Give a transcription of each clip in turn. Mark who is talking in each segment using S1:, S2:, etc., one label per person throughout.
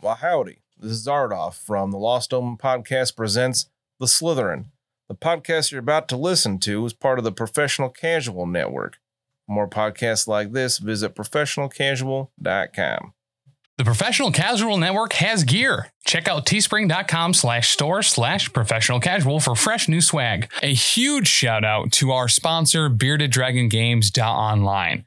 S1: Well, howdy. This is Zardoff from the Lost Omen Podcast presents The Slytherin. The podcast you're about to listen to is part of the Professional Casual Network. For more podcasts like this, visit professionalcasual.com.
S2: The Professional Casual Network has gear. Check out teespring.com slash store slash professional casual for fresh new swag. A huge shout out to our sponsor, Bearded Dragon Games Online.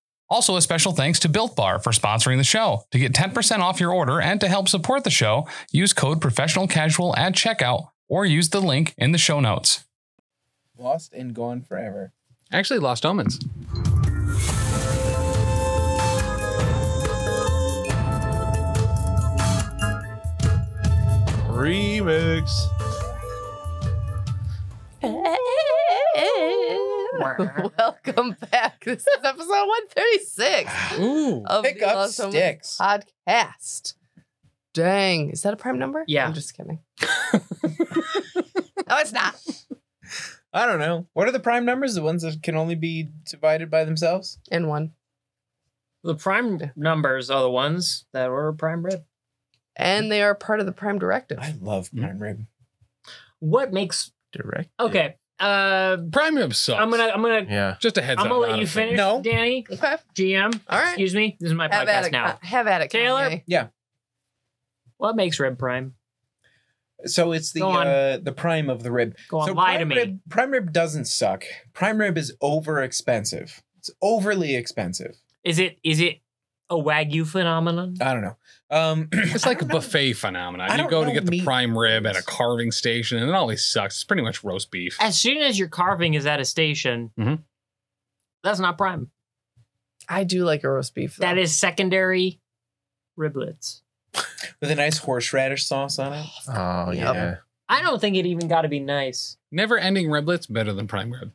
S2: Also, a special thanks to Built Bar for sponsoring the show. To get 10% off your order and to help support the show, use code professional casual at checkout or use the link in the show notes.
S3: Lost and Gone Forever.
S2: Actually, Lost Omens.
S1: Remix.
S4: Welcome back. This is episode 136
S2: Ooh.
S5: Oh,
S4: of
S3: Pick
S4: the
S3: up
S4: Lost Omens
S3: sticks.
S4: podcast. Dang, is that a prime number?
S5: Yeah.
S4: I'm just kidding. no, it's not.
S3: I don't know. What are the prime numbers? The ones that can only be divided by themselves?
S4: In one.
S5: The prime numbers are the ones that were prime rib.
S4: And they are part of the prime directive.
S3: I love prime rib.
S5: What makes
S1: Direct.
S5: okay? Uh,
S6: Prime rib sucks.
S5: I'm gonna I'm gonna
S1: Yeah.
S6: just a heads
S5: I'm
S6: up.
S5: gonna
S6: not
S5: let
S6: a
S5: you
S6: thing.
S5: finish,
S3: No.
S5: Danny.
S4: Okay.
S5: GM,
S4: All right.
S5: excuse me. This is my
S4: have at
S5: podcast
S4: it. uh,
S5: now.
S4: Have at it,
S5: Taylor?
S4: Kanye.
S5: What makes rib prime?
S3: So it's the
S5: Go on.
S3: uh, the prime of the rib.
S5: Go on,
S3: so
S5: lie
S3: prime
S5: to me.
S3: Rib, prime rib doesn't suck. Prime rib is over expensive. It's overly expensive.
S5: Is it is it a wagyu phenomenon?
S3: I don't know. Um,
S6: It's like a buffet phenomenon.
S3: I
S6: You
S3: don't
S6: go to
S3: know
S6: get the
S3: meat.
S6: prime rib at a carving station, and it always sucks. It's pretty much roast beef.
S5: As soon as your carving is at a station,
S6: Mhm.
S5: that's not prime.
S4: I do like a roast beef.
S5: That is secondary riblets.
S3: with a nice horseradish sauce on it.
S1: Oh,
S4: Yep.
S1: yeah.
S5: I don't think it even got to be nice.
S6: Never ending riblets better than prime rib.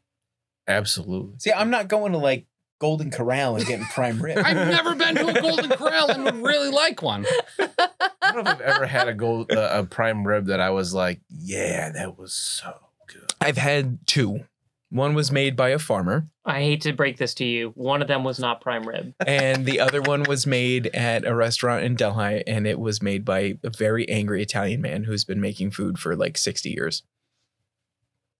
S1: Absolutely.
S3: See, I'm not going to like Golden Corral and getting prime rib.
S6: I've never been to a Golden Corral and would really like one.
S1: I don't know if I've ever had a gold, uh, a prime rib that I was like, yeah, that was so good.
S3: I've had two. One was made by a farmer.
S5: I hate to break this to you. One of them was not prime rib.
S3: and the other one was made at a restaurant in Delhi, and it was made by a very angry Italian man who's been making food for like 60 years.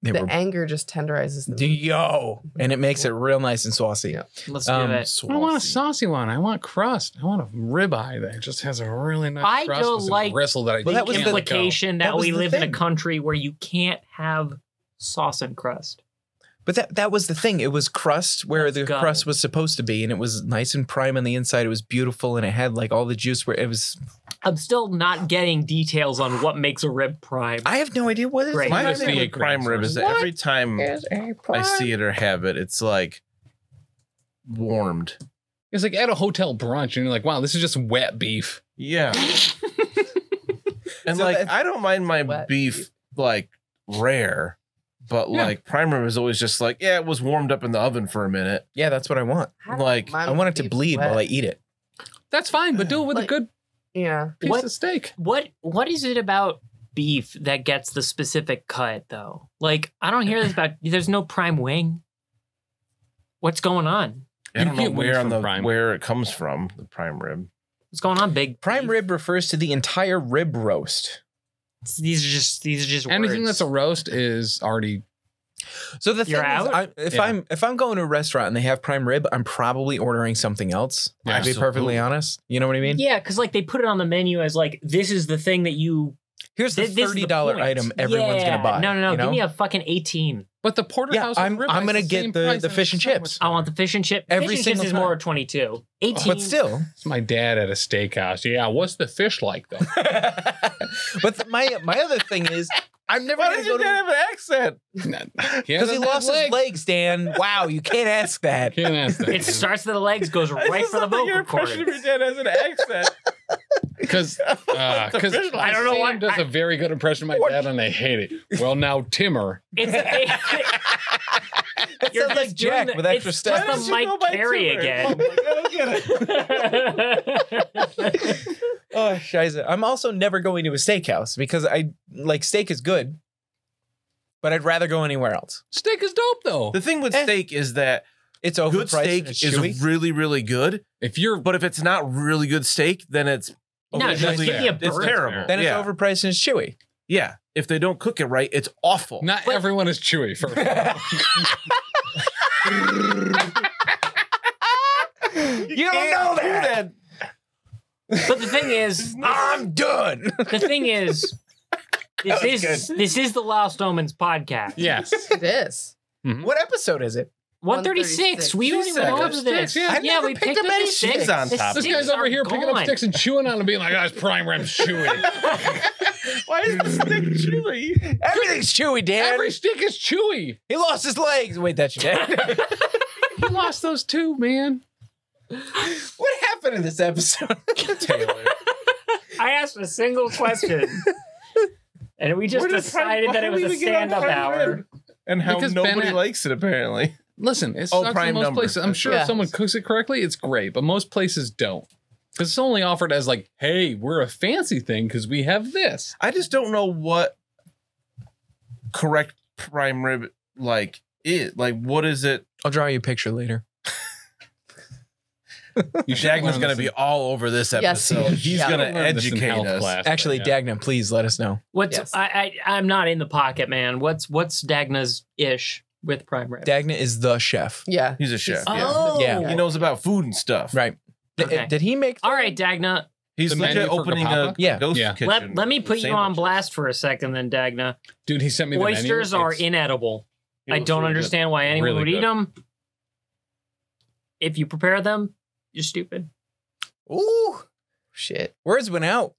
S3: They
S4: the
S3: were
S4: anger just tenderizes the
S3: yo, and it makes it real nice and saucy.
S4: Yeah.
S5: Let's
S3: Um,
S5: do it.
S6: I don't want a saucy one. I want crust. I want a ribeye that just has a really nice
S5: I
S6: crust
S5: don't
S6: with some
S5: like
S6: bristle that I
S3: Well,
S5: the
S3: that was
S6: can't
S3: the-
S6: let go.
S5: implication that,
S3: that was
S5: we
S3: the
S5: live in
S3: thing.
S5: a country where you can't have sauce and crust.
S3: But that that was the thing. It was crust where
S5: Let's
S3: the
S5: go.
S3: crust was supposed to be, and it was nice and prime on the inside. It was beautiful, and it had like all the juice where it was.
S5: I'm still not getting details on what makes a rib prime.
S3: I have no idea what is
S5: Great.
S1: My
S3: prime
S1: thing
S3: rib.
S1: with prime rib is that every time I see it or have it, it's like warmed.
S6: It's like at a hotel brunch, and you're like, wow, this is just wet beef.
S1: Yeah. and
S3: So
S1: like
S3: that's-
S1: I don't mind my
S4: What?
S1: beef like rare, but
S6: Yeah.
S1: like prime rib is always just like, yeah, it was warmed up in the oven for a minute.
S3: Yeah, that's what I want.
S4: How do
S1: Like,
S4: my
S3: I want it to
S4: beef
S3: bleed
S4: wet?
S3: while I eat it.
S6: That's fine, but do it with
S4: Like-
S6: a good
S4: Yeah.
S6: piece
S5: What-
S6: of steak.
S5: what what is it about beef that gets the specific cut though? Like I don't hear this about there's no prime wing. What's going on?
S1: I
S6: You
S1: don't know
S6: get wings
S1: where on
S6: from
S1: the
S6: prime.
S1: where it comes from, the prime rib.
S5: What's going on, big
S3: Prime
S5: beef?
S3: rib refers to the entire rib roast.
S5: These are just these are just
S6: Anything
S5: words.
S6: that's a roast is already
S3: So the
S5: You're
S3: thing
S5: out?
S3: is, I, if
S6: Yeah.
S3: I'm if I'm going to a restaurant and they have prime rib, I'm probably ordering something else.
S6: Yeah.
S3: To be perfectly
S1: Absolutely.
S3: honest, you know what I mean.
S5: yeah, because like they put it on the menu as like this is the thing that you
S3: Here's the
S5: thi- this is
S3: thirty dollar
S5: point.
S3: item everyone's
S5: Yeah.
S3: gonna buy.
S5: No, no, no.
S3: you
S5: Give
S3: know?
S5: me a fucking eighteen.
S6: But the porterhouse,
S3: Yeah,
S6: with
S3: I'm-
S6: ribeyes
S3: I'm gonna
S6: is
S3: get
S6: same
S3: the-
S6: price
S3: the
S6: as
S3: fish
S6: a
S3: and
S6: sandwich.
S3: chips.
S5: I want the fish and chip.
S3: Every
S5: fish and
S3: single
S5: chips is more
S3: time.
S5: at 22. 18.
S3: but still.
S6: My dad at a steakhouse. Yeah, what's the fish like though?
S3: but th- my my other thing is I'm never
S1: Why did
S3: going to go
S1: you
S3: to
S1: not have an accent?
S3: because he
S7: doesn't
S3: lost
S7: have
S3: his legs, Dan. Wow, you can't ask that.
S2: Can't ask that.
S5: It starts with the legs, goes
S1: I
S5: right
S1: just
S5: for the
S1: love that
S5: vocal
S1: Your impression of
S5: cords.
S1: your dad has an accent.
S2: because
S1: The
S2: because
S1: original-
S5: I don't know why-
S2: uh, Sam does a very good impression of my
S3: What?
S2: dad, and I hate it. Well, now Timmer.
S5: It's
S3: That
S5: You're
S3: sounds
S5: just
S3: like
S5: doing
S3: Jack
S5: the-
S3: with extra
S5: it's
S1: Why
S5: just
S3: steps.
S1: don't
S5: the
S1: you
S5: Mike
S1: go by
S5: Carey
S1: Timber?
S5: again.
S1: Oh my God, I don't get it.
S3: Oh, shiza. I'm also never going to a steakhouse because I like steak is good, but I'd rather go anywhere else.
S2: Steak is dope though.
S1: The thing with
S3: Eh.
S1: steak is that
S3: It's overpriced.
S1: good steak
S3: it's
S1: is
S3: chewy.
S1: really, really good.
S2: If you're
S1: But if it's not really good steak, then it's
S5: no,
S1: overly-
S5: just give me a
S1: it's
S5: burger.
S1: terrible.
S3: then it's
S1: yeah.
S3: overpriced and it's chewy.
S1: Yeah. If they don't cook it right, it's awful.
S2: not
S5: But-
S2: everyone is chewy for
S3: you don't know that.
S5: But the thing is,
S3: I'm done.
S5: the thing is, this is this is the Lost Omens podcast.
S2: yes.
S4: It is.
S3: what episode is it?
S5: 136. We already
S4: Jesus.
S5: went
S2: Pick
S5: over
S2: up
S5: this.
S2: sticks, yeah.
S5: Yeah,
S2: I've
S5: we
S3: picked
S5: picked
S3: up
S5: up
S3: any
S5: the sticks.
S1: sticks on
S5: The
S1: top of
S2: This guy's
S5: sticks
S2: over
S5: are
S2: here picking up
S5: gone.
S2: sticks and chewing on it and being like, oh, it's prime rib chewy.
S1: Why is the steak chewy?
S3: Everything's chewy, Dan.
S2: Every stick is chewy.
S3: he lost his legs. Wait, that's dead.
S2: You lost those two, man.
S3: what happened in this episode? Taylor.
S5: I asked a single question. And we just
S1: Where did
S5: decided
S1: prime-
S5: that
S1: why
S5: it was
S1: did
S5: a
S1: we get on
S5: stand-up
S1: prime
S5: hour.
S1: rib? And how
S2: Because
S1: nobody
S2: Bennett-
S1: likes it apparently.
S2: Listen, it's
S1: Oh,
S2: sucks
S1: prime
S2: in most
S1: number.
S2: places. I'm sure
S4: Yeah.
S2: if someone cooks it correctly, it's great, but most places don't. Because it's only offered as like, hey, we're a fancy thing because we have this.
S1: I just don't know what correct prime rib like is. Like, what is it?
S3: I'll draw you a picture later.
S2: You should
S1: Dagman's
S2: learn
S1: going to
S2: this
S1: be all over this
S4: Yes,
S1: episode.
S4: he is.
S1: He's
S4: Yeah.
S1: going
S2: in-
S1: to
S2: learn this in
S1: educate
S2: health
S1: us.
S2: class, but
S3: Actually,
S2: yeah.
S3: Dagnam, please let us know.
S5: What's
S4: Yes.
S5: I, I I'm not in the pocket, man. What's what's Dagna's ish with prime rib?
S3: Dagna is the chef.
S4: Yeah.
S1: He's a chef. Yeah.
S5: Oh.
S3: Yeah.
S1: He knows about food and stuff.
S3: Right. D-
S5: Okay.
S3: did he make
S5: All right, Dagna.
S1: He's
S2: The
S1: legit
S2: menu for
S1: opening
S2: Kapapa?
S1: a
S3: Yeah.
S1: ghost
S2: Yeah.
S1: kitchen.
S5: Let, let me
S1: with
S5: put you on
S1: sandwiches.
S5: blast for a second then, Dagna.
S2: Dude, he sent me the menu.
S5: Oysters are
S2: It's-
S5: inedible.
S1: He
S5: I
S1: looks
S5: don't
S1: really good.
S5: understand why anyone
S2: Really
S5: would eat
S2: good.
S5: them. If you prepare them, you're stupid.
S3: Ooh.
S4: Shit.
S3: Words went out.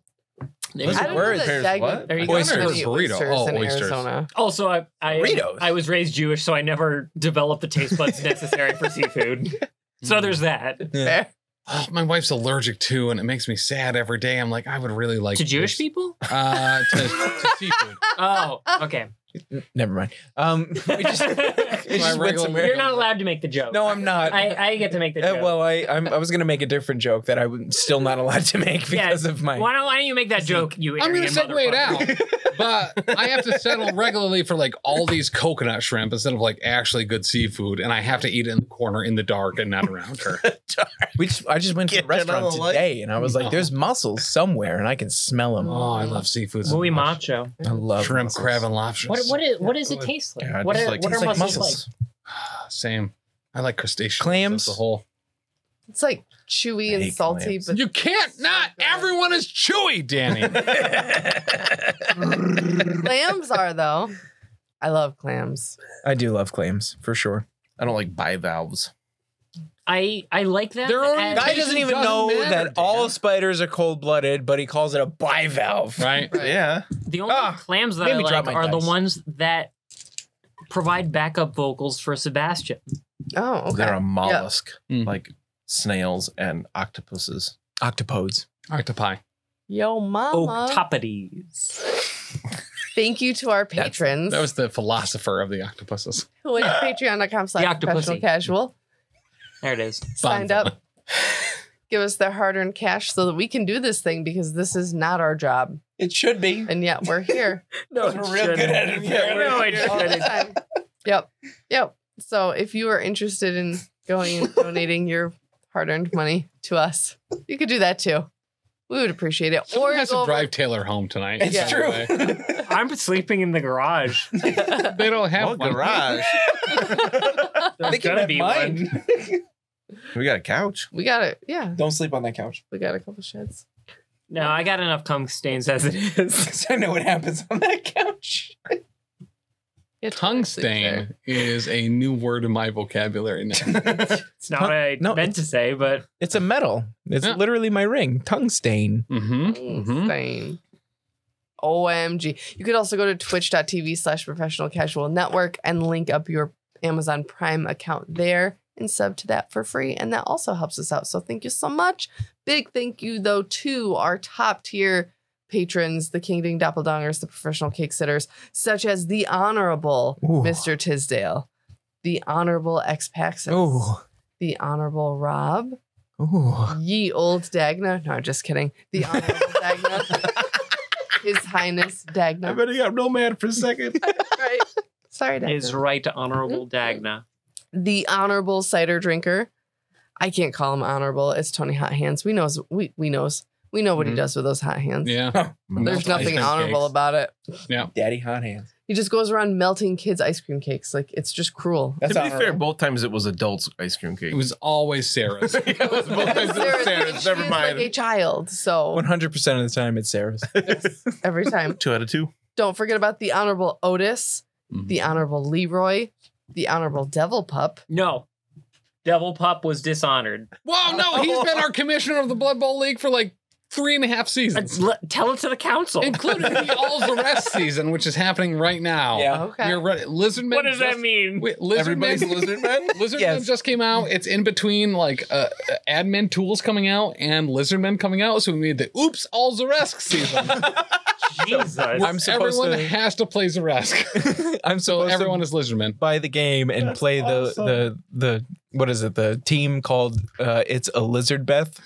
S5: They
S3: Those
S4: I
S5: just-
S4: don't
S3: words.
S4: know
S1: Pairs
S4: that
S1: what?
S5: There you
S4: Dag-
S5: go.
S4: oysters,
S2: Oysters. Burrito.
S4: oysters
S2: Oh,
S4: in
S2: oysters.
S4: Arizona.
S5: Also, I I,
S3: Burritos.
S5: I was raised Jewish, so I never developed the taste buds necessary for seafood. So there's that.
S3: Yeah.
S2: Oh, my wife's allergic too, and it makes me sad every day. I'm like, I would really like
S5: to Jewish
S2: this.
S5: people?
S2: Uh, to, to seafood.
S5: Oh, okay.
S3: N- Never mind. Um, we just, it just went
S2: regular-
S3: somewhere.
S5: You're not allowed to make the joke.
S3: No, I'm not.
S5: I, I get to make the
S3: Uh,
S5: joke.
S3: well, I I'm, I was gonna make a different joke that I'm still not allowed to make
S5: Yeah.
S3: because of my.
S5: why don't why don't you make that joke? You
S2: I'm going
S5: Aryan
S2: to segue it out,
S5: motherfucker?
S2: but I have to settle regularly for like all these coconut shrimp instead of like actually good seafood, and I have to eat it in the corner in the dark and not around her.
S3: We just, I just went to
S1: Get
S3: the
S1: that on
S3: restaurant
S1: the light.
S3: today, and I was like, "There's mussels somewhere, and I can smell them."
S2: oh, I love seafood. so
S5: Muy
S2: much.
S5: macho.
S3: I love
S2: Shrimp,
S3: mussels.
S2: crab, and lobsters.
S5: What what is what does it taste like?
S1: Yeah, I
S5: what
S1: just
S5: are,
S1: like-
S5: what
S1: It's
S5: are
S3: like
S5: mussels
S3: mussels.
S2: Ah, Same. I like crustaceans.
S3: Clams?
S2: That's The whole.
S4: It's like chewy and
S1: Egg
S4: salty,
S1: clamps.
S4: but
S2: You can't
S5: Oh,
S2: not. Everyone is chewy, Danny.
S4: clams are though. I love clams.
S3: I do love clams for sure.
S1: I don't like bivalves.
S5: I I like that.
S2: They're only
S5: as-
S3: Guy
S2: Taste
S3: doesn't even
S2: doesn't
S3: know
S2: matter,
S3: that
S2: Dan.
S3: all spiders are cold blooded, but he calls it a bivalve.
S2: right?
S1: Yeah.
S5: the only
S3: Ah,
S5: clams that
S3: made
S5: I
S3: me drop
S5: like
S3: my
S5: are the
S3: dice.
S5: ones that provide backup vocals for Sebastian.
S4: Oh, okay.
S1: They're a mollusk,
S2: Mm.
S1: like snails and octopuses.
S3: Octopodes.
S2: Octopi. Uh-huh.
S4: Yo,
S5: Oh,
S4: mama.
S5: Octopodes.
S4: Thank you to our
S3: That's-
S4: patrons.
S2: That was the philosopher of the octopuses.
S4: who went to patreon.com
S5: The
S4: slash
S5: octopussy.
S4: professional casual.
S5: There it is.
S4: Signed up. Give us their hard earned cash so that we can do this thing because this is not our job.
S3: It should be.
S4: And yet we're here.
S5: No,
S3: We're real good at it.
S1: Yeah, we're-
S5: No, it
S4: all the
S5: shouldn't.
S4: time. Yep. Yep. So if you are interested in going and donating your hard earned money to us, you could do that too. We would appreciate it.
S2: Someone has
S4: go
S2: to
S4: over-
S2: drive Taylor home tonight.
S3: It's
S4: Yeah.
S2: by the way.
S3: true.
S5: I'm sleeping in the garage.
S2: They don't have
S1: What
S2: one.
S1: garage?
S3: I
S5: There's
S3: think you
S5: gonna
S3: meant
S5: be one.
S3: mine.
S1: we got a couch.
S4: We got it. Yeah.
S3: Don't sleep on that couch.
S4: We got a couple sheds.
S5: No, I got enough tongue stains as it is.
S3: 'Cause I know what happens on that couch.
S4: Yeah,
S2: Tongue
S4: sleep there.
S2: stain is a new word in my vocabulary now.
S5: It's not what I
S3: No,
S5: meant to say, but
S3: It's a metal. It's
S2: Yeah.
S3: literally my ring. Tungsten.
S2: mm-hmm.
S4: Tongue
S2: Mm-hmm.
S4: Stain. OMG. You could also go to twitch.tv slash professional casual network and link up your Amazon Prime account there and sub to that for free. And that also helps us out. So thank you so much. Big thank you, though, to our top tier patrons, the King Ding Doppeldongers, the professional cake sitters, such as the Honorable
S8: Ooh.
S4: Mr. Tisdale, the Honorable X Paxis,
S8: Ooh.
S4: the Honorable Rob,
S8: Ooh.
S4: Ye old Dagna. No, just kidding. The Honorable Dagna. His Highness
S1: I
S4: Dagna.
S1: bet he got real mad for a second.
S4: Right. Sorry, Dagna.
S5: Is right honorable Dagna.
S4: the honorable cider drinker. I can't call him honorable. It's Tony Hot Hands. We knows we we knows we know what
S1: Mm-hmm.
S2: Mhm.
S4: he does with those hot hands.
S2: Yeah.
S4: There's
S2: Melts ice
S4: nothing
S2: cream
S4: honorable
S2: cakes.
S4: about it.
S8: Daddy hot hands.
S4: He just goes around melting kids' ice cream cakes. Like it's just cruel.
S8: That's
S1: to be fair,
S8: honorable.
S1: both times it was adults ice cream cake.
S2: It was always Sarah's.
S1: It was both
S4: Sarah's
S1: times it was
S4: like-
S1: Sarah's. Never
S4: she's like a
S1: mind.
S4: child. So
S8: 100% of the time it's Sarah's.
S4: every time.
S1: Two out of two.
S4: Don't forget about the honorable Otis,
S8: Mm-hmm.
S2: Mhm.
S4: the honorable Leroy, the honorable Devil Pup.
S5: No. Devil Pup was dishonored.
S2: Wow, no,
S4: Oh.
S2: he's been our commissioner of the Blood Bowl League for like three and a half
S5: Let's
S2: seasons,
S5: le- tell it to the council.
S2: including the All's the Rest season, which is happening right now.
S8: Yeah.
S4: Okay.
S2: You're right. Lizard Man.
S5: What does
S2: just,
S5: that mean?
S2: Wait, Lizard
S1: Everybody's
S2: Man,
S1: lizard man.
S2: Lizard Man
S8: Yes.
S2: just came out. It's in between like uh, uh, admin tools coming out and Lizard Man coming out. So we made the Oops All Zaresk season.
S5: Jesus.
S8: I'm supposed
S2: everyone
S8: to-
S2: has to play Zaresk.
S8: I'm
S2: so
S8: supposed
S2: everyone
S8: to
S2: is Lizard Man.
S8: buy the game and
S1: That's
S8: play the,
S1: awesome.
S8: the the what is it? The team called uh, it's a lizard Beth.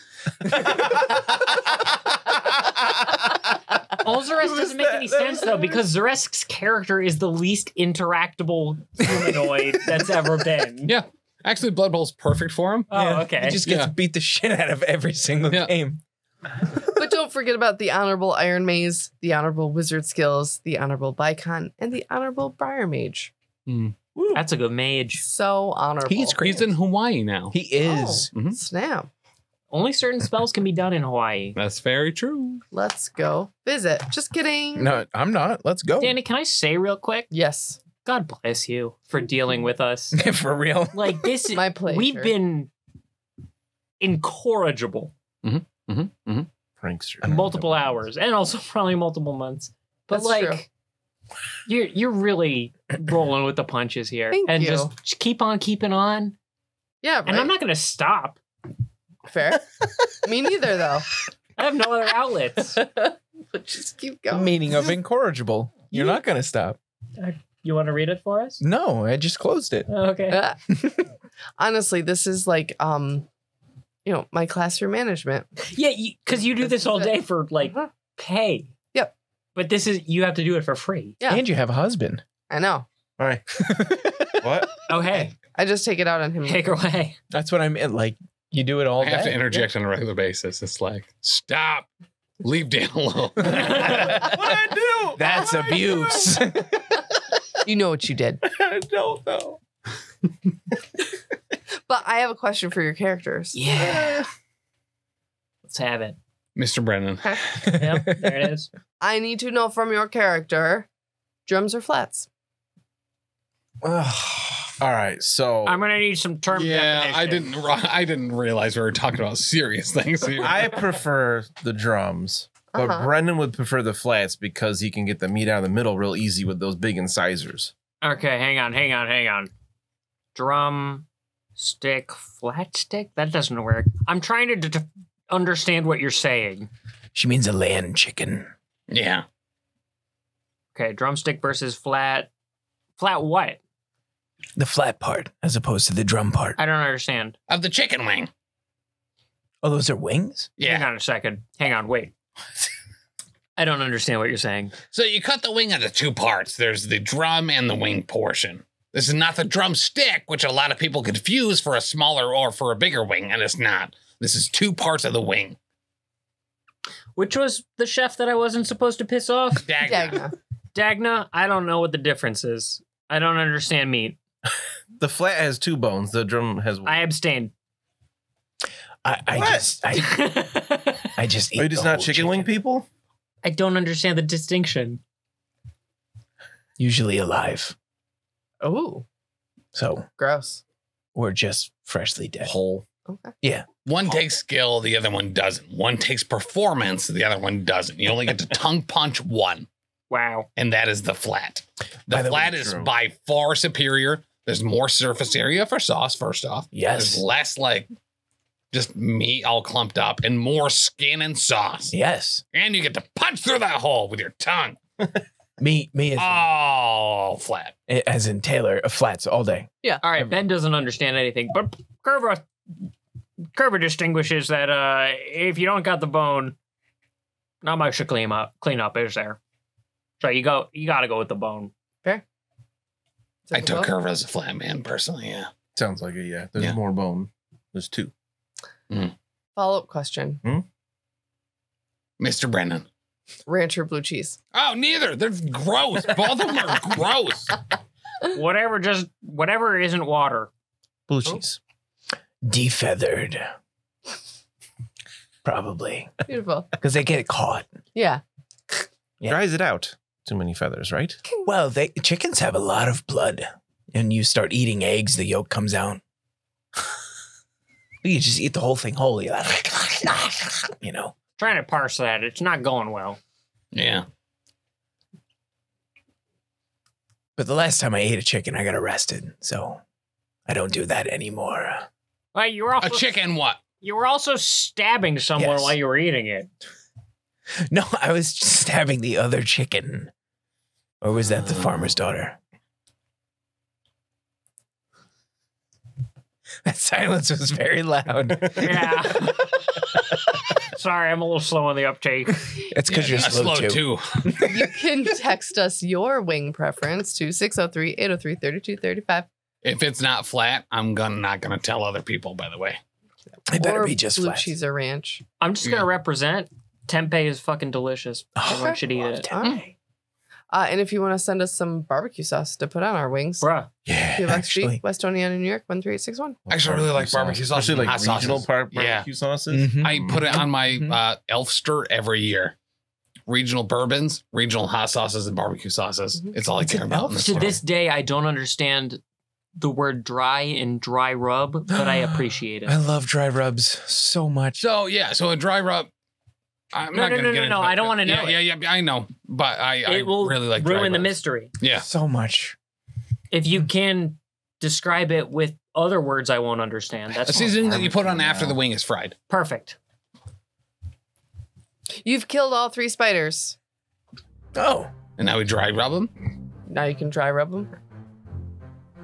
S5: All Zeresk
S1: Who is
S5: doesn't make
S1: that?
S5: any
S1: That
S5: sense
S1: was
S5: though, because Zaresk's character is the least interactable humanoid that's ever been.
S2: Yeah. Actually, Blood Bowl's perfect for him.
S5: Oh,
S8: Yeah,
S5: okay.
S8: He just gets
S2: Yeah.
S8: beat the shit out of every single
S2: Yeah.
S8: game.
S4: but don't forget about the honorable Iron Maze, the honorable Wizard Skills, the honorable Bicon, and the honorable Briar Mage.
S5: That's a good mage.
S4: So honorable.
S8: He's crazy. Mm-hmm.
S2: He's in Hawaii now.
S8: He is.
S4: Oh,
S2: Mhm.
S4: Snap.
S5: Only certain spells can be done in Hawaii.
S2: That's very true.
S4: Let's go visit. Just kidding.
S8: No, I'm not. Let's go.
S5: Danny, can I say real quick?
S4: Yes,
S5: God bless you for dealing with us.
S8: For real.
S5: Like this is
S4: my pleasure.
S5: we've been incorrigible
S1: Prankster.
S5: multiple hours and also probably multiple months. But
S4: That's
S5: like
S4: true.
S5: you're you're really rolling with the punches here.
S4: Thank
S5: and
S4: you.
S5: just keep on keeping on.
S4: Yeah, right.
S5: And I'm not gonna stop.
S4: fair. Me neither, though.
S5: I have no other outlets.
S4: but just keep
S8: The
S4: going.
S8: meaning of incorrigible. You're not going to stop.
S5: You want to read it for us?
S8: No, I just closed it.
S5: Okay.
S4: Ah. Honestly, this is like um, you know, my classroom management.
S5: Yeah, because you, do this all day for like
S4: Uh-huh.
S5: pay.
S4: Yep.
S5: But this is you have to do it for free.
S4: Yeah.
S8: And you have a husband.
S4: I know.
S1: All right. what?
S5: Oh hey,
S4: I just take it out on him.
S5: take her away.
S8: That's what I meant. Like, you do it all
S2: I have to
S8: day.
S2: interject on a regular basis. It's like, stop, leave Dan alone.
S1: What did I do?
S8: That's
S1: What did I do?
S8: abuse.
S4: You know what you did.
S1: I don't know.
S4: But I have a question for your characters.
S5: Yeah. Let's have it.
S2: Mr. Brennan.
S5: Yep, there it is.
S4: I need to know from your character, drums or flats.
S1: All right. So
S5: I'm gonna need some term.
S2: yeah, I
S5: definition.
S2: didn't. ri- I didn't realize we were talking about serious things. Here.
S1: I prefer the drums, but
S4: Uh-huh.
S1: Brendan would prefer the flats because he can get the meat out of the middle real easy with those big incisors.
S5: Okay, hang on, hang on, hang on. Drum, stick, flat stick. That doesn't work. I'm trying to d- understand what you're saying.
S8: she means a land chicken.
S2: yeah,
S5: Okay, drumstick versus flat. Flat what?
S8: The flat part as opposed to the drum part.
S5: I don't understand.
S2: of the chicken wing.
S8: Oh, those are wings?
S5: Hang on a second. Hang on, wait. I don't understand what you're saying.
S2: So you cut the wing into two parts. There's the drum and the wing portion. This is not the drum stick, which a lot of people confuse for a smaller or for a bigger wing, and it's not. This is two parts of the wing.
S5: Which was the chef that I wasn't supposed to piss off?
S2: Dagna.
S4: Dagna.
S5: Dagna, I don't know what the difference is. I don't understand meat.
S1: The flat has two bones. The drum has one.
S5: I abstain.
S8: I, I
S1: What?
S8: just I,
S5: I
S8: I just eat
S1: Are you just
S8: the
S1: not
S8: whole
S1: chicken, wing people?
S5: don't understand the distinction.
S8: Usually alive.
S4: Oh,
S8: So
S4: gross.
S8: we're just freshly dead.
S1: Whole.
S4: Okay.
S2: One takes skill, the other one doesn't. One takes performance, the other one doesn't. You only get to tongue punch one,
S5: Wow.
S2: and that is the flat. The
S3: By the way,
S2: flat is
S1: true.
S2: by far superior. There's more surface area for sauce, first off.
S3: Yes.
S2: There's less like just meat all clumped up and more skin and sauce.
S3: Yes.
S2: And you get to punch through that hole with your tongue.
S3: Me, me as,
S1: Ah.
S2: Oh, flat.
S3: as in Taylor, uh, flats all day.
S5: All right, Ben doesn't understand anything, but Curva Curva distinguishes that uh if you don't got the bone, not much to clean up clean up is there. So you go you gotta go with the bone.
S4: Is it
S2: I
S4: the
S2: took
S4: bone?
S2: her as a flat man personally, yeah.
S1: Sounds like it, yeah. There's
S2: Yeah.
S1: more bone. There's two.
S4: Follow up question:
S2: Mr. Brennan.
S4: Rancher blue cheese.
S2: Oh, neither. They're gross. Both of them are gross.
S5: Whatever just whatever isn't water.
S1: Oh.
S3: Blue cheese. Defeathered. Probably.
S4: Beautiful.
S3: Because they get caught.
S4: Yeah.
S3: Yeah.
S1: Dries it out. Too many feathers, right?
S3: Well, they chickens have a lot of blood. And you start eating eggs, the yolk comes out. you just eat the whole thing whole. You're like, you know.
S5: Trying to parse that, it's not going well.
S2: Yeah.
S3: But the last time I ate a chicken, I got arrested. So I don't do that anymore.
S5: Well, you were also
S2: A chicken what?
S5: you were also stabbing someone
S3: Yes.
S5: while you were eating it.
S3: No, I was stabbing the other chicken. Or was that the farmer's daughter? That silence was very loud.
S5: Yeah. Sorry, I'm a little slow on the uptake.
S3: It's because
S2: Yeah,
S3: you're
S2: a
S3: slow, too.
S4: You can text us your wing preference to 603 803 3235.
S2: If it's not flat, I'm gonna not gonna tell other people. By the way,
S3: It better be just
S4: blue
S3: flat.
S4: cheese or ranch.
S5: I'm just gonna
S2: Yeah.
S5: represent. Tempeh is fucking delicious. Everyone should eat it.
S3: Tempeh.
S4: Uh, and if you want to send us some barbecue sauce to put on our wings,
S5: Bruh.
S3: Yeah,
S4: PO Street,
S3: actually.
S4: West Oniana, New York, 13861.
S2: I actually really like barbecue sauce
S1: Especially
S2: and
S1: like
S2: hot
S1: regional
S2: sauces.
S1: par-
S2: Yeah.
S1: barbecue sauces.
S3: Mhm.
S2: I put it on my
S3: Mhm.
S2: uh, Elfster every year. Regional bourbons, regional hot sauces, and barbecue sauces.
S4: Mhm.
S2: It's all I
S3: Mm-hmm. It's
S2: care
S3: an
S2: about. in
S3: Elfster.
S2: this
S5: To
S2: world.
S5: this day, I don't understand the word dry and dry rub, but I appreciate it.
S3: I love dry rubs so much.
S2: So yeah, so a dry rub. I'm
S5: No,
S2: not
S5: no,
S2: gonna
S5: no,
S2: get
S5: no,
S2: into
S5: no,
S2: it,
S5: I don't
S2: but-
S5: wanna know
S2: Yeah, yeah, yeah. I know, but I, I
S5: it will
S2: really like dry
S5: ruin the
S2: rubs.
S5: mystery.
S2: Yeah,
S3: So much.
S5: If you can describe it with other words, I won't understand.
S2: a
S5: That's
S2: seasoning that you put on
S1: barbecue
S2: after
S1: now.
S2: the wing is fried.
S5: perfect.
S4: You've killed all three spiders.
S3: Oh,
S2: And now we dry rub them.
S4: Now you can dry rub them.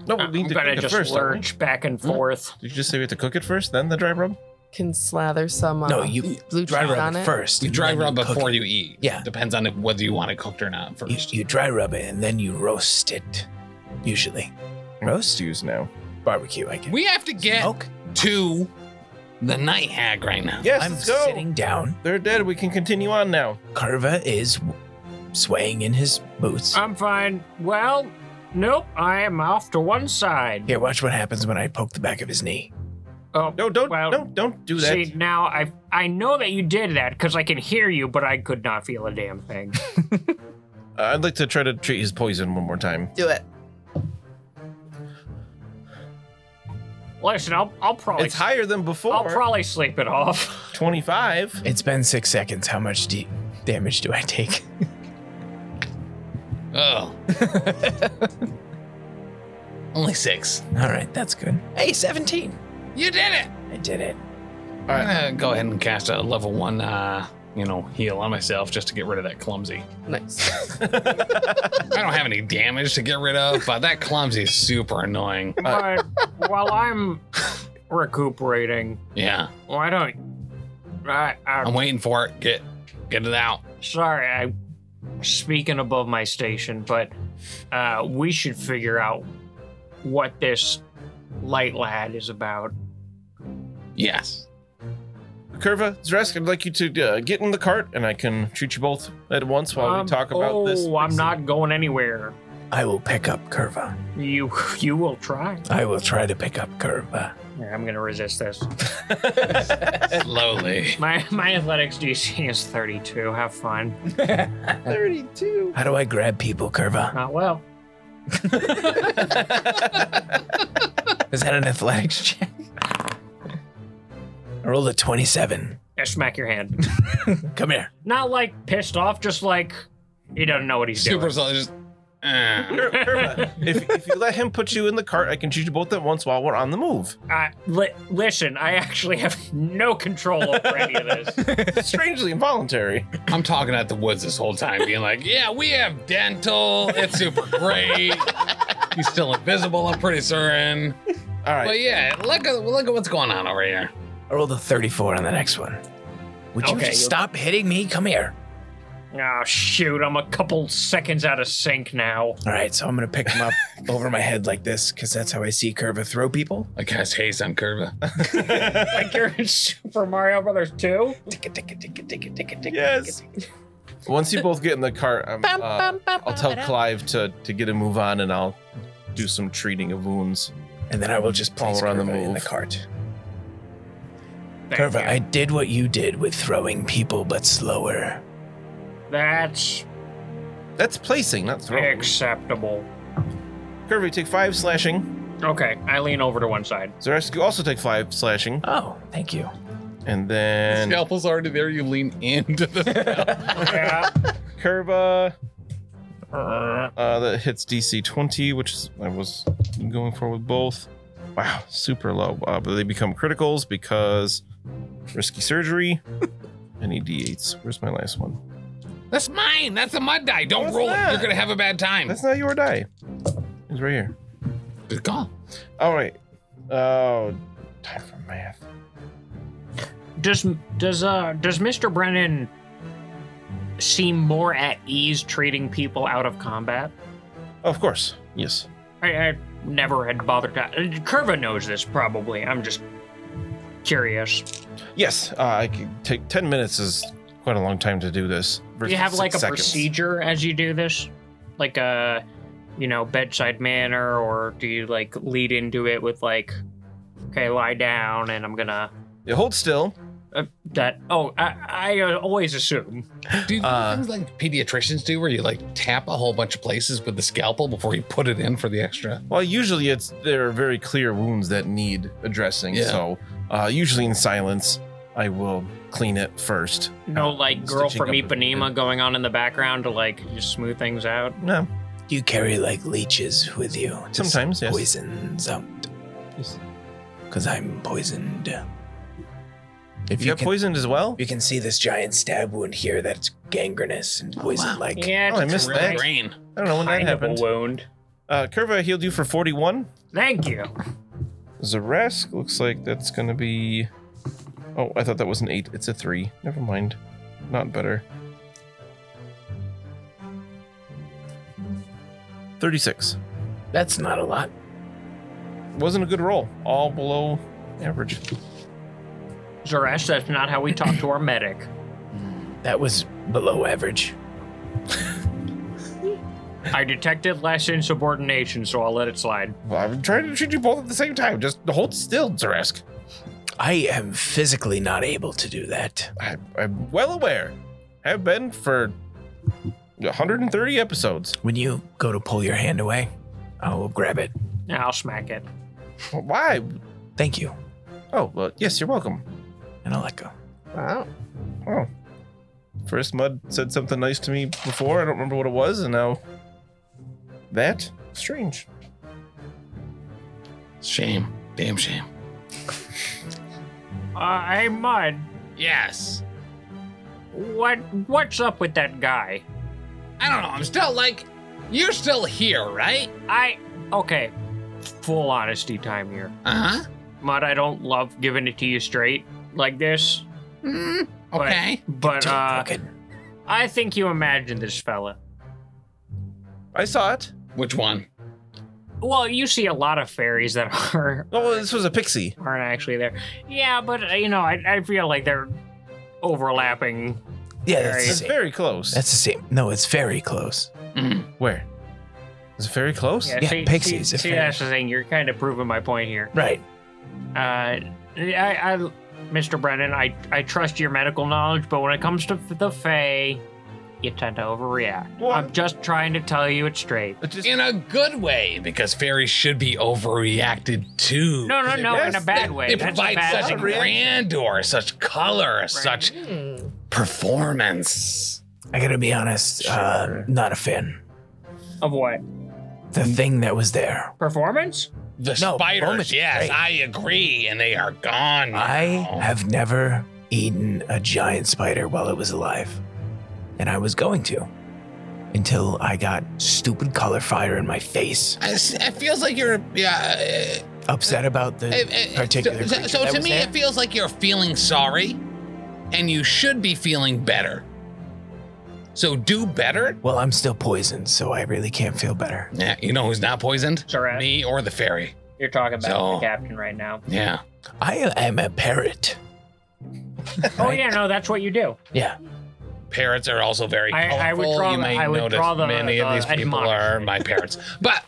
S1: No, we
S5: I'm
S1: need to
S5: gonna
S1: cook it
S5: just
S1: first. don't we?
S5: lurch back and forth.
S1: Did you just say we have to cook it first, then the dry rub?
S4: Can slather some uh,
S3: no, you
S4: blue cheese
S3: dry
S4: on
S3: rub
S4: it.
S3: it first.
S2: You
S3: and
S2: dry
S3: then
S2: rub
S3: cook
S2: before
S3: it.
S2: you eat.
S3: Yeah.
S2: Depends on if- whether you want it cooked or not
S3: You,
S2: first.
S3: you dry rub it and then you roast it, usually. Roast?
S1: Stews now.
S3: Barbecue, I guess.
S2: We have to get
S3: Smoke?
S2: to the night hag right now.
S1: Yes,
S3: I'm
S1: let's go.
S3: sitting down.
S1: They're dead. We can continue on now.
S3: Carva is swaying in his boots.
S5: I'm fine. Well, nope. I am off to one side.
S3: Here, watch what happens when I poke the back of his knee.
S5: Oh,
S1: No, don't,
S5: Well,
S1: don't, don't do that.
S5: See, now I I know that you did that because I can hear you, but I could not feel a damn thing.
S1: Uh, I'd like to try to treat his poison one more time.
S4: Do it.
S5: Listen, I'll I'll probably
S1: It's higher than
S5: Oh, I'll
S1: before.
S5: probably sleep it off.
S1: 25.
S3: It's been six seconds. How much de- damage do I take?
S2: Oh. Only six.
S3: All right, that's good. Hey, 17.
S2: You did it.
S3: I did it.
S1: All right.
S2: I'm gonna go ahead and cast a level one, uh, you know, heal on myself just to get rid of that clumsy.
S4: Nice.
S2: I don't have any damage to get rid of, but that clumsy is super annoying.
S5: But while I'm recuperating,
S2: Yeah,
S5: why don't I?
S2: I'm
S5: I'm
S2: waiting for it. Get, get it out.
S5: sorry, I'm speaking above my station, but uh, we should figure out what this light lad is about.
S2: Yes.
S1: Curva, Zresk, I'd like you to uh, get in the cart and I can treat you both at once while
S5: Um,
S1: we talk about
S5: oh,
S1: this.
S5: I'm not going anywhere.
S3: I will pick up Curva.
S5: You you will try.
S3: I will try to pick up Curva.
S5: Yeah, I'm gonna resist this.
S2: Slowly.
S5: My my athletics DC is 32. Have fun.
S1: 32.
S3: How do I grab people, Curva?
S5: Not well.
S3: Is that an athletics check? rolled a 27.
S5: I smack your hand.
S3: Come here.
S5: Not like pissed off, just like he doesn't know what he's
S2: Super
S5: doing.
S2: soldier. Just, uh,
S1: Irma, if, if you let him put you in the cart, I can shoot you both at once while we're on the move.
S5: I, li- listen, I actually have no control over any of this.
S1: Strangely involuntary.
S2: I'm talking at the woods this whole time, being like, "Yeah, we have dental. It's super great. He's still invisible. I'm pretty certain.
S1: All right.
S2: But yeah, look at look at what's going on over here.
S3: I rolled a 34 on the next one. Would you
S5: Okay,
S3: just
S5: you'll-
S3: stop hitting me? Come here.
S5: Oh shoot, I'm a couple seconds out of sync now.
S3: All right, so I'm gonna pick him up over my head like this because that's how I see Curva throw people.
S2: I cast haze on Curva.
S5: Like you're in Super Mario Brothers 2?
S1: Yes. Once you both get in the cart, I'm, uh, I'll tell Clive to to get a move on, and I'll do some treating of wounds.
S3: And then I will just place
S1: While we're on the
S3: Curva in the
S1: move.
S3: cart. Curva, I did what you did with throwing people, but slower.
S5: That's
S1: That's placing, not throwing.
S5: acceptable.
S1: Curvy, take five slashing.
S5: Okay, I lean over to one side.
S1: Zaresk, you also take five slashing,
S3: Oh, thank you.
S1: and then
S2: Scalpel's already there. You lean into the.
S5: Yeah.
S1: Curva. Uh, that hits DC 20, which is I was going for with both. Wow, super low. Uh, but they become criticals because risky surgery. Any d8s? Where's my last one?
S2: That's mine. That's a mud die. Don't
S1: What's
S2: roll
S1: that?
S2: it. You're gonna have a bad time.
S1: That's not your die. It's right here.
S2: Good call.
S1: All right. Oh, time for math.
S5: does does uh does Mr. Brennan seem more at ease treating people out of combat?
S1: Of course. Yes.
S5: I, I never had bothered to. uh, Curva knows this probably. I'm just curious.
S1: Yes. Uh, I could take 10 minutes is quite a long time to do this.
S5: Do you have
S1: versus
S5: like a
S1: six seconds.
S5: procedure as you do this, like a you know bedside manner, or do you like lead into it with like, okay, lie down, and I'm gonna
S1: Yeah, hold still.
S5: uh, that. Oh, I, I uh, always assume.
S2: Do you do
S1: Uh,
S2: things like pediatricians do, where you like tap a whole bunch of places with the scalpel before you put it in for the extra?
S1: Well, usually it's there are very clear wounds that need addressing.
S2: Yeah.
S1: So, uh, usually in silence, I will clean it first.
S5: No,
S1: Uh,
S5: like girl
S1: stitching
S5: from
S1: up a-
S5: Ipanema going on in the background to like just smooth things out.
S1: No,
S3: Do You carry like leeches with you. to
S1: sometimes yes.
S3: poisons out.
S1: Yes.
S3: Because I'm poisoned. If
S1: You,
S3: you,
S1: got
S3: can,
S1: poisoned as well.
S3: you can see this giant stab wound here that's gangrenous and poison like.
S5: Yeah,
S1: Oh, I
S5: just
S1: missed
S5: really
S1: that.
S2: Brain.
S1: I don't know when that
S5: kind of a
S1: happened.
S5: wound.
S1: Uh, Curva healed you for forty-one.
S5: Thank you.
S1: Zaresk looks like that's gonna be. Oh, I thought that was an eight. It's a three. Never mind. Not better. Thirty-six.
S3: That's not a lot.
S1: Wasn't a good roll. All below average.
S5: Zeresh, that's not how we talk to our medic.
S3: That was below average.
S5: I detected less insubordination, so I'll let it slide.
S1: Well, I'm trying to treat you both at the same time. Just hold still, Zaresk.
S3: I am physically not able to do that.
S1: I, I'm well aware. Have been for 130 episodes.
S3: When you go to pull your hand away, I will grab it.
S5: I'll smack it.
S1: Why?
S3: Thank you.
S1: Oh, well, yes, you're welcome.
S3: And I'll let go.
S4: Wow.
S1: Oh. First Mud said something nice to me before. I don't remember what it was, and now that? Strange.
S2: Shame. Damn shame.
S5: Uh, hey, Mud,
S2: Yes.
S5: what what's up with that guy?
S2: I don't know. I'm still like, you're still here, right?
S5: I okay. Full honesty time here,
S2: Uh huh.
S5: Mud. I don't love giving it to you straight like this,
S2: Mm,
S5: But-
S2: okay.
S5: but uh,
S3: Fuck it.
S5: I think you imagined this fella.
S1: I saw it.
S2: Which one?
S5: Well, you see a lot of fairies that are
S1: Oh, this was a pixie.
S5: aren't actually there. Yeah, but uh, you know, I, I feel like they're overlapping.
S3: Yeah, that's the
S5: Very-
S1: It's
S3: same.
S1: very close.
S3: That's the same. No, it's very close.
S2: Mm.
S1: Where? Is it very close?
S3: Yeah, pixies,
S5: See,
S3: if
S5: see
S3: they-
S5: that's the thing. You're kind of proving my point here.
S3: Right.
S5: Uh, I, I, Mr. Brennan, I, I trust your medical knowledge, but when it comes to the Fae, you tend to overreact.
S1: What?
S5: I'm just trying to tell you it straight.
S1: It's just
S2: In a good way, because fairies should be overreacted too.
S5: No, no, no,
S1: Yes,
S5: in a bad way.
S2: They
S5: That's a
S2: provide
S5: bad
S2: such
S1: a
S5: way.
S1: reaction.
S2: grandeur, such color, such
S4: Hmm.
S2: performance.
S8: I gotta be honest, uh, not a fan.
S5: of what?
S8: The thing that was there.
S5: Performance?
S2: The
S8: No,
S2: spiders,
S8: performance is
S2: yes,
S8: great.
S2: I agree, and they are gone.
S8: I
S2: now.
S8: have never eaten a giant spider while it was alive. And I was going to. Until I got stupid color fire in my face.
S2: I s- It feels like you're, yeah. uh,
S8: Upset about the
S2: It- it-
S8: particular
S2: so,
S8: creature
S2: so
S8: that
S2: to
S8: was
S2: me
S8: there.
S2: it feels like you're feeling sorry and you should be feeling better so do better
S8: Well, I'm still poisoned, so I really can't feel better.
S2: yeah you know who's not poisoned
S5: Sorry,
S2: me or the fairy
S5: you're talking about
S2: So-
S5: the captain right now.
S2: yeah
S8: I am a parrot.
S5: Oh
S8: Right.
S5: yeah, no, that's what you do.
S8: Yeah.
S2: parrots are also very
S5: I-
S2: colorful
S5: I would draw
S2: you
S5: the-
S2: may
S5: I would
S2: notice
S5: draw the-
S2: many
S5: the
S2: of these people are
S5: admonishment.
S2: my parrots but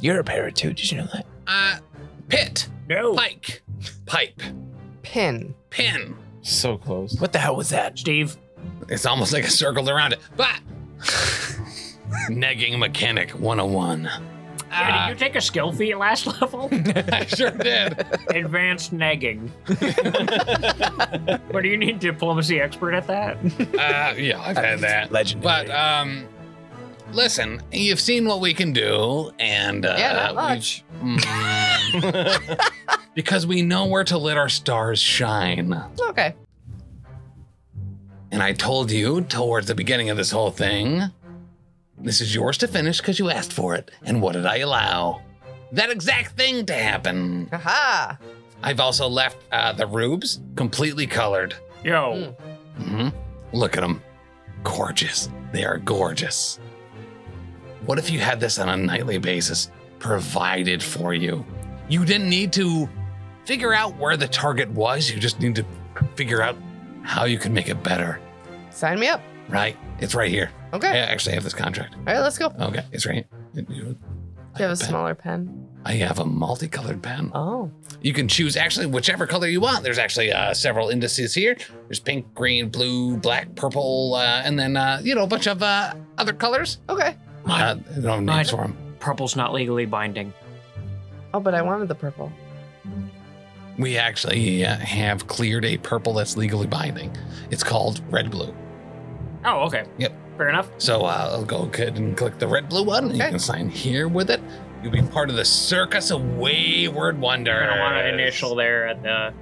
S8: You're a parrot too. Did you know that?
S2: uh pit
S5: No.
S2: pike pipe
S4: Pin.
S2: pin
S1: so close.
S8: What the hell was that?
S5: Steve.
S2: it's almost like a circle around it but negging mechanic 101
S5: yeah, did
S2: uh,
S5: you take a skill feat last level?
S2: i sure did
S5: Advanced nagging. but do you need diplomacy expert at that?
S2: uh, yeah i've had that
S8: Legendary.
S2: But um, listen, you've seen what we can do, and uh,
S4: yeah, not
S2: we-
S4: much.
S2: Mm. because we know where to let our stars shine.
S4: Okay.
S2: And I told you towards the beginning of this whole thing, this is yours to finish because you asked for it. And what did I allow? That exact thing to happen.
S4: Aha.
S2: I've also left uh, the rubes completely colored.
S5: Yo.
S2: hmm Look at them. Gorgeous. They are gorgeous. What if you had this on a nightly basis provided for you? You didn't need to figure out where the target was. You just need to figure out how you can make it better,
S4: Sign me up.
S2: right? It's right here. I
S4: Okay.
S2: actually have this contract.
S4: All right, let's go. Do
S2: Okay, it's right. You
S4: you have a smaller pen?
S2: I have a multicolored pen.
S4: Oh.
S2: You can choose actually whichever color you want. There's actually uh, several indices here. There's pink, green, blue, black, purple, uh, and then uh, you know a bunch of uh, other colors.
S4: Okay.
S2: Uh, they don't have names for them.
S5: Purple's not legally binding.
S4: Oh, but I wanted the purple.
S2: We actually uh, have cleared a purple that's legally binding. It's called red blue.
S5: Oh, okay.
S2: Yep.
S5: Fair enough.
S2: So uh, I'll go ahead and click the red blue one, and you
S4: Okay.
S2: can sign here with it. You'll be part of the circus of wayward wonder.
S5: I don't want to initial there at the.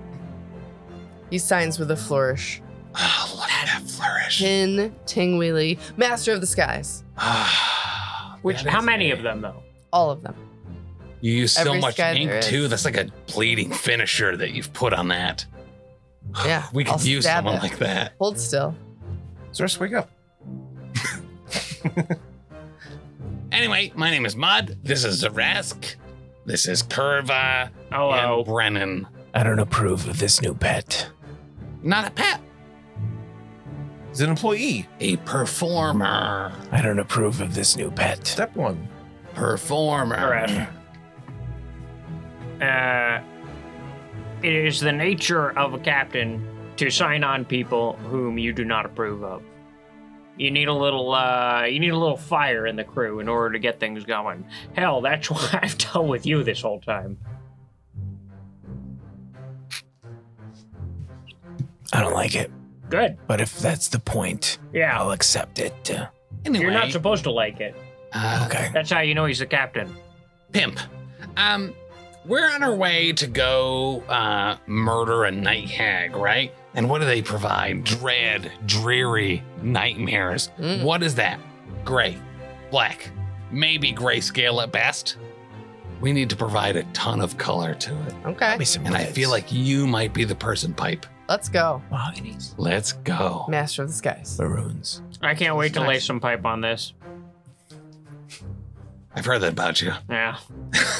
S4: He signs with a flourish.
S2: Oh, look at that flourish.
S4: Pin Tingwili, master of the skies.
S5: Which?
S2: Ah, That
S5: How
S2: is
S5: many
S2: a-
S5: of them though?
S4: All of them.
S2: You use so
S4: Every
S2: much
S4: sky there
S2: ink
S4: is.
S2: too. That's like a bleeding finisher that you've put on that.
S4: Yeah.
S2: We could
S4: I'll
S2: use
S4: stab
S2: someone
S4: it.
S2: like that.
S4: Hold still.
S1: Zerus, wake up.
S2: Anyway, my name is Mud. This is Zarask. This is Curva
S5: Hello.
S2: and Brennan.
S8: I don't approve of this new pet.
S2: Not a pet,
S1: He's an employee.
S2: a performer.
S8: I don't approve of this new pet.
S1: Step one.
S2: Performer.
S5: Correct. uh, it is the nature of a captain to sign on people whom you do not approve of. You need a little, uh, you need a little fire in the crew in order to get things going. Hell, that's why I've dealt with you this whole time.
S8: I don't like it.
S5: Good.
S8: But if that's the point,
S5: Yeah.
S8: I'll accept it. Uh,
S2: Anyway,
S5: You're not supposed to like it.
S2: uh,
S8: okay.
S5: That's how you know he's the captain.
S2: pimp. Um, we're on our way to go uh, murder a night hag, right? And what do they provide? Dread, dreary nightmares.
S4: Mm.
S2: What is that? Gray, black, maybe grayscale at best. We need to provide a ton of color to it.
S4: Okay.
S8: Give me some
S2: And I feel
S8: reds.
S2: like you might be the person, Pipe.
S4: Let's go.
S8: Mahoganies.
S2: Let's go.
S4: Master of the skies.
S8: Maroons.
S5: I can't wait to lay
S2: Nice.
S5: some pipe on this.
S2: I've heard that about you.
S5: Yeah.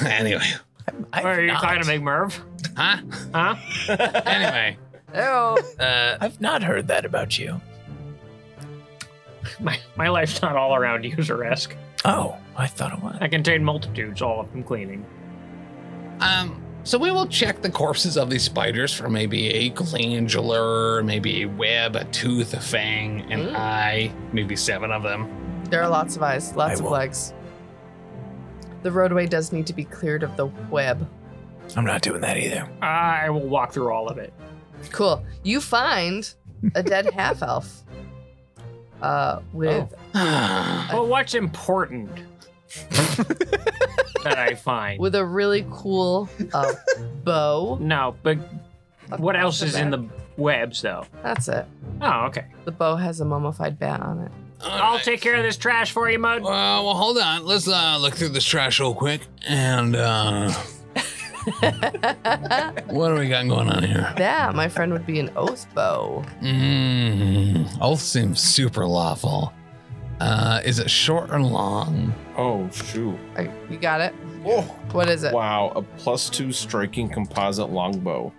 S2: anyway,
S8: I've
S5: Are you
S8: not,
S5: trying to make Merv?
S2: huh?
S5: Huh?
S2: Anyway,
S4: Oh.
S2: uh,
S8: I've not heard that about you.
S5: My, my life's not all around user-esque.
S8: Oh, I thought it was.
S5: I contain multitudes, all of them cleaning.
S2: um, So we will check the corpses of these spiders for maybe a glandular, maybe a web, a tooth, a fang, an
S4: Mm.
S2: eye, maybe seven of them.
S4: There are lots of eyes, lots
S3: I
S4: of
S3: will-
S4: legs. The roadway does need to be cleared of the web.
S3: I'm not doing that either.
S5: I will walk through all of it.
S4: Cool. You find a dead half elf uh, with
S3: Oh.
S5: But what's important that I find?
S4: with a really cool uh, bow.
S5: no, but what else is in the webs, though?
S4: That's it.
S5: Oh, okay.
S4: The bow has a mummified bat on it.
S5: I'll take care of this trash for you, Mud.
S2: Well, well, hold on. Let's uh, look through this trash real quick. And uh, what do we got going on here?
S4: that, my friend, would be an oath bow.
S2: Mm, oath seems super lawful. Uh, is it short or long?
S1: Oh, shoot.
S4: I- you got it.
S1: Oh,
S4: What is it?
S1: wow. A plus two striking composite longbow.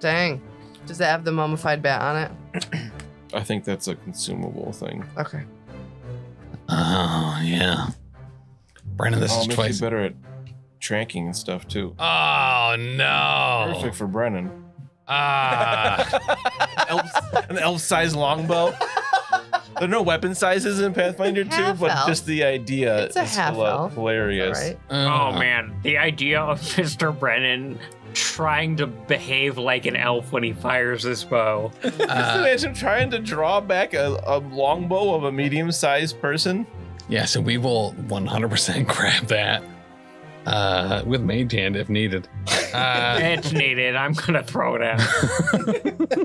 S4: Dang. Does it have the mummified bat on it?
S1: I think that's a consumable thing.
S4: Okay.
S2: Oh yeah, Brandon, this
S1: I'll
S2: is
S1: make
S2: twice.
S1: Oh, you better at tracking and stuff too.
S2: Oh no!
S1: Perfect for Brennan.
S2: Ah,
S1: an elf size longbow. There are no weapon sizes in Pathfinder 2,
S4: Half
S1: but
S4: elf.
S1: just the idea
S4: It's a
S1: is
S4: half
S1: hila-
S4: elf.
S1: hilarious.
S4: All right.
S5: Oh man, the idea of Mr. Brennan trying to behave like an elf when he fires this bow.
S1: Just
S2: Uh,
S1: imagine trying to draw back a, a longbow of a medium sized person.
S2: yeah, so we will 100% grab that uh, with mage hand if needed. Uh,
S5: It's needed. I'm gonna throw it out.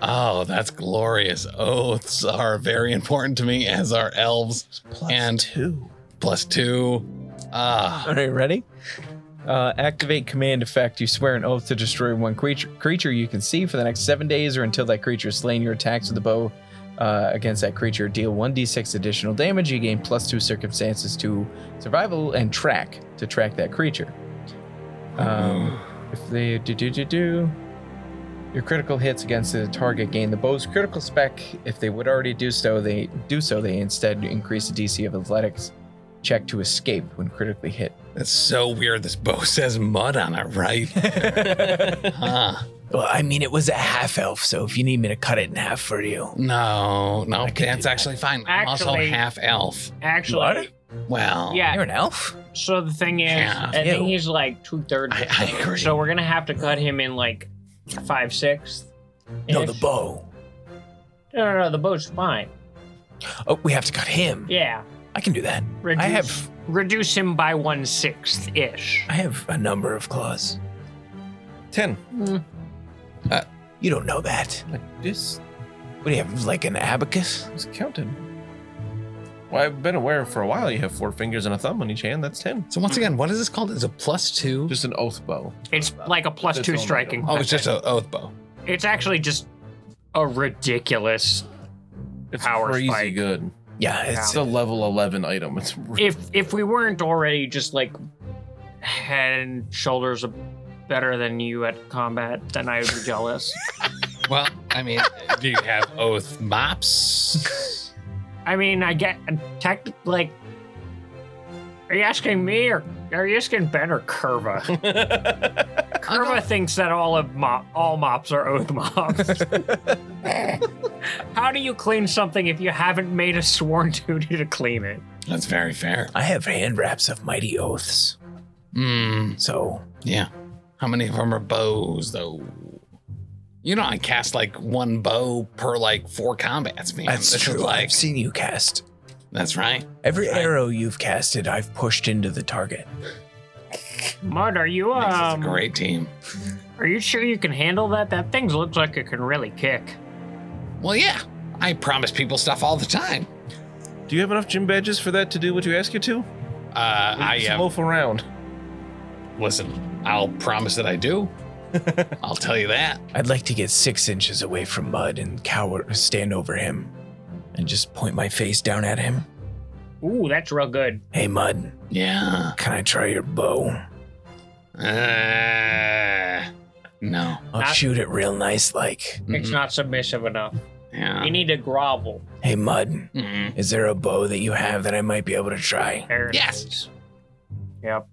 S2: oh, that's glorious! Oaths are very important to me, as are elves. and
S1: two.
S2: plus two. Ah,
S8: All right, ready? Uh, activate command effect. You swear an oath to destroy one creature, creature you can see for the next seven days or until that creature is slain. Your attacks with the bow uh, against that creature deal 1d6 additional damage. You gain plus two circumstances to survival and track to track that creature. Um,
S2: Mm-hmm.
S8: if they do do do do. Your critical hits against the target gain the bow's critical spec. If they would already do so, they do so. They instead increase the DC of athletics check to escape when critically hit.
S2: that's so weird. This bow says mud on it, right? huh.
S3: Well, I mean, it was a half elf, so if you need me to cut it in half for you,
S2: No, no,
S3: I can
S2: that's
S3: do
S2: actually fine. I'm also
S5: Actually-
S2: half elf.
S5: Actually,
S3: What?
S2: Well,
S5: yeah.
S3: you're an elf.
S5: So the thing is,
S2: Yeah.
S5: I think
S3: Ew.
S5: he's like two thirds.
S2: I, I agree.
S5: So we're gonna have to cut him in like five sixths.
S3: No, the bow.
S5: No, no, no, the bow's fine.
S3: Oh, we have to cut him.
S5: Yeah,
S3: I can do that.
S5: reduce,
S3: I have,
S5: reduce him by one sixth ish.
S3: I have a number of claws.
S1: Ten.
S3: Hmm. You don't know that.
S1: I just
S3: What do you have, like an abacus?
S1: was counting. Well, I've been aware for a while you have four fingers and a thumb on each hand. That's ten.
S2: So once again, what is this called? It's a plus two.
S1: Just an oath bow.
S5: It's like a plus
S1: That's
S5: two
S1: only-
S5: striking.
S2: oh, it's just an oath bow.
S5: It's actually just a ridiculous.
S1: It's
S5: Power
S1: crazy
S5: spike.
S1: good.
S3: Yeah,
S1: It's
S3: it's
S1: a level eleven item. It's re-
S5: If if we weren't already just like head and shoulders better than you at combat, then I would be jealous.
S2: Well, I mean, do you have oath mops?
S5: I mean, I get tech like. Are you asking me or are you asking Ben or Curva? Curva thinks that all of mop, all mops are oath mops. How do you clean something if you haven't made a sworn duty to clean it?
S2: That's very fair.
S3: I have hand wraps of mighty oaths.
S2: Hmm.
S3: So
S2: Yeah. How many of them are bows though? You know, I cast like one bow per like four combats, man.
S3: that's
S2: This is
S3: true.
S2: Like,
S3: I've seen you cast.
S2: that's right.
S3: Every
S2: Right.
S3: arrow you've casted, I've pushed into the target.
S5: Mud, are you
S2: Makes us
S5: um,
S2: a great team.
S5: are you sure you can handle that? That thing looks like it can really kick.
S2: Well, yeah. I promise people stuff all the time.
S1: do you have enough gym badges for that to do what you ask it to?
S2: Uh, I
S1: Just
S2: am
S1: loaf around.
S2: Listen, I'll promise that I do. I'll tell you that.
S3: I'd like to get six inches away from Mud and cower, stand over him, and just point my face down at him.
S5: Ooh, that's real good.
S3: Hey, Mud,
S2: Yeah.
S3: can I try your bow?
S2: Uh, no.
S3: I'll
S5: Not-
S3: shoot it real nice, like.
S5: It's
S2: Mm-mm.
S5: not submissive enough.
S2: Yeah.
S5: You need to grovel.
S3: Hey, Mud,
S2: Mm-mm.
S3: is there a bow that you have that I might be able to try?
S5: There it
S2: Yes.
S5: is. Yep.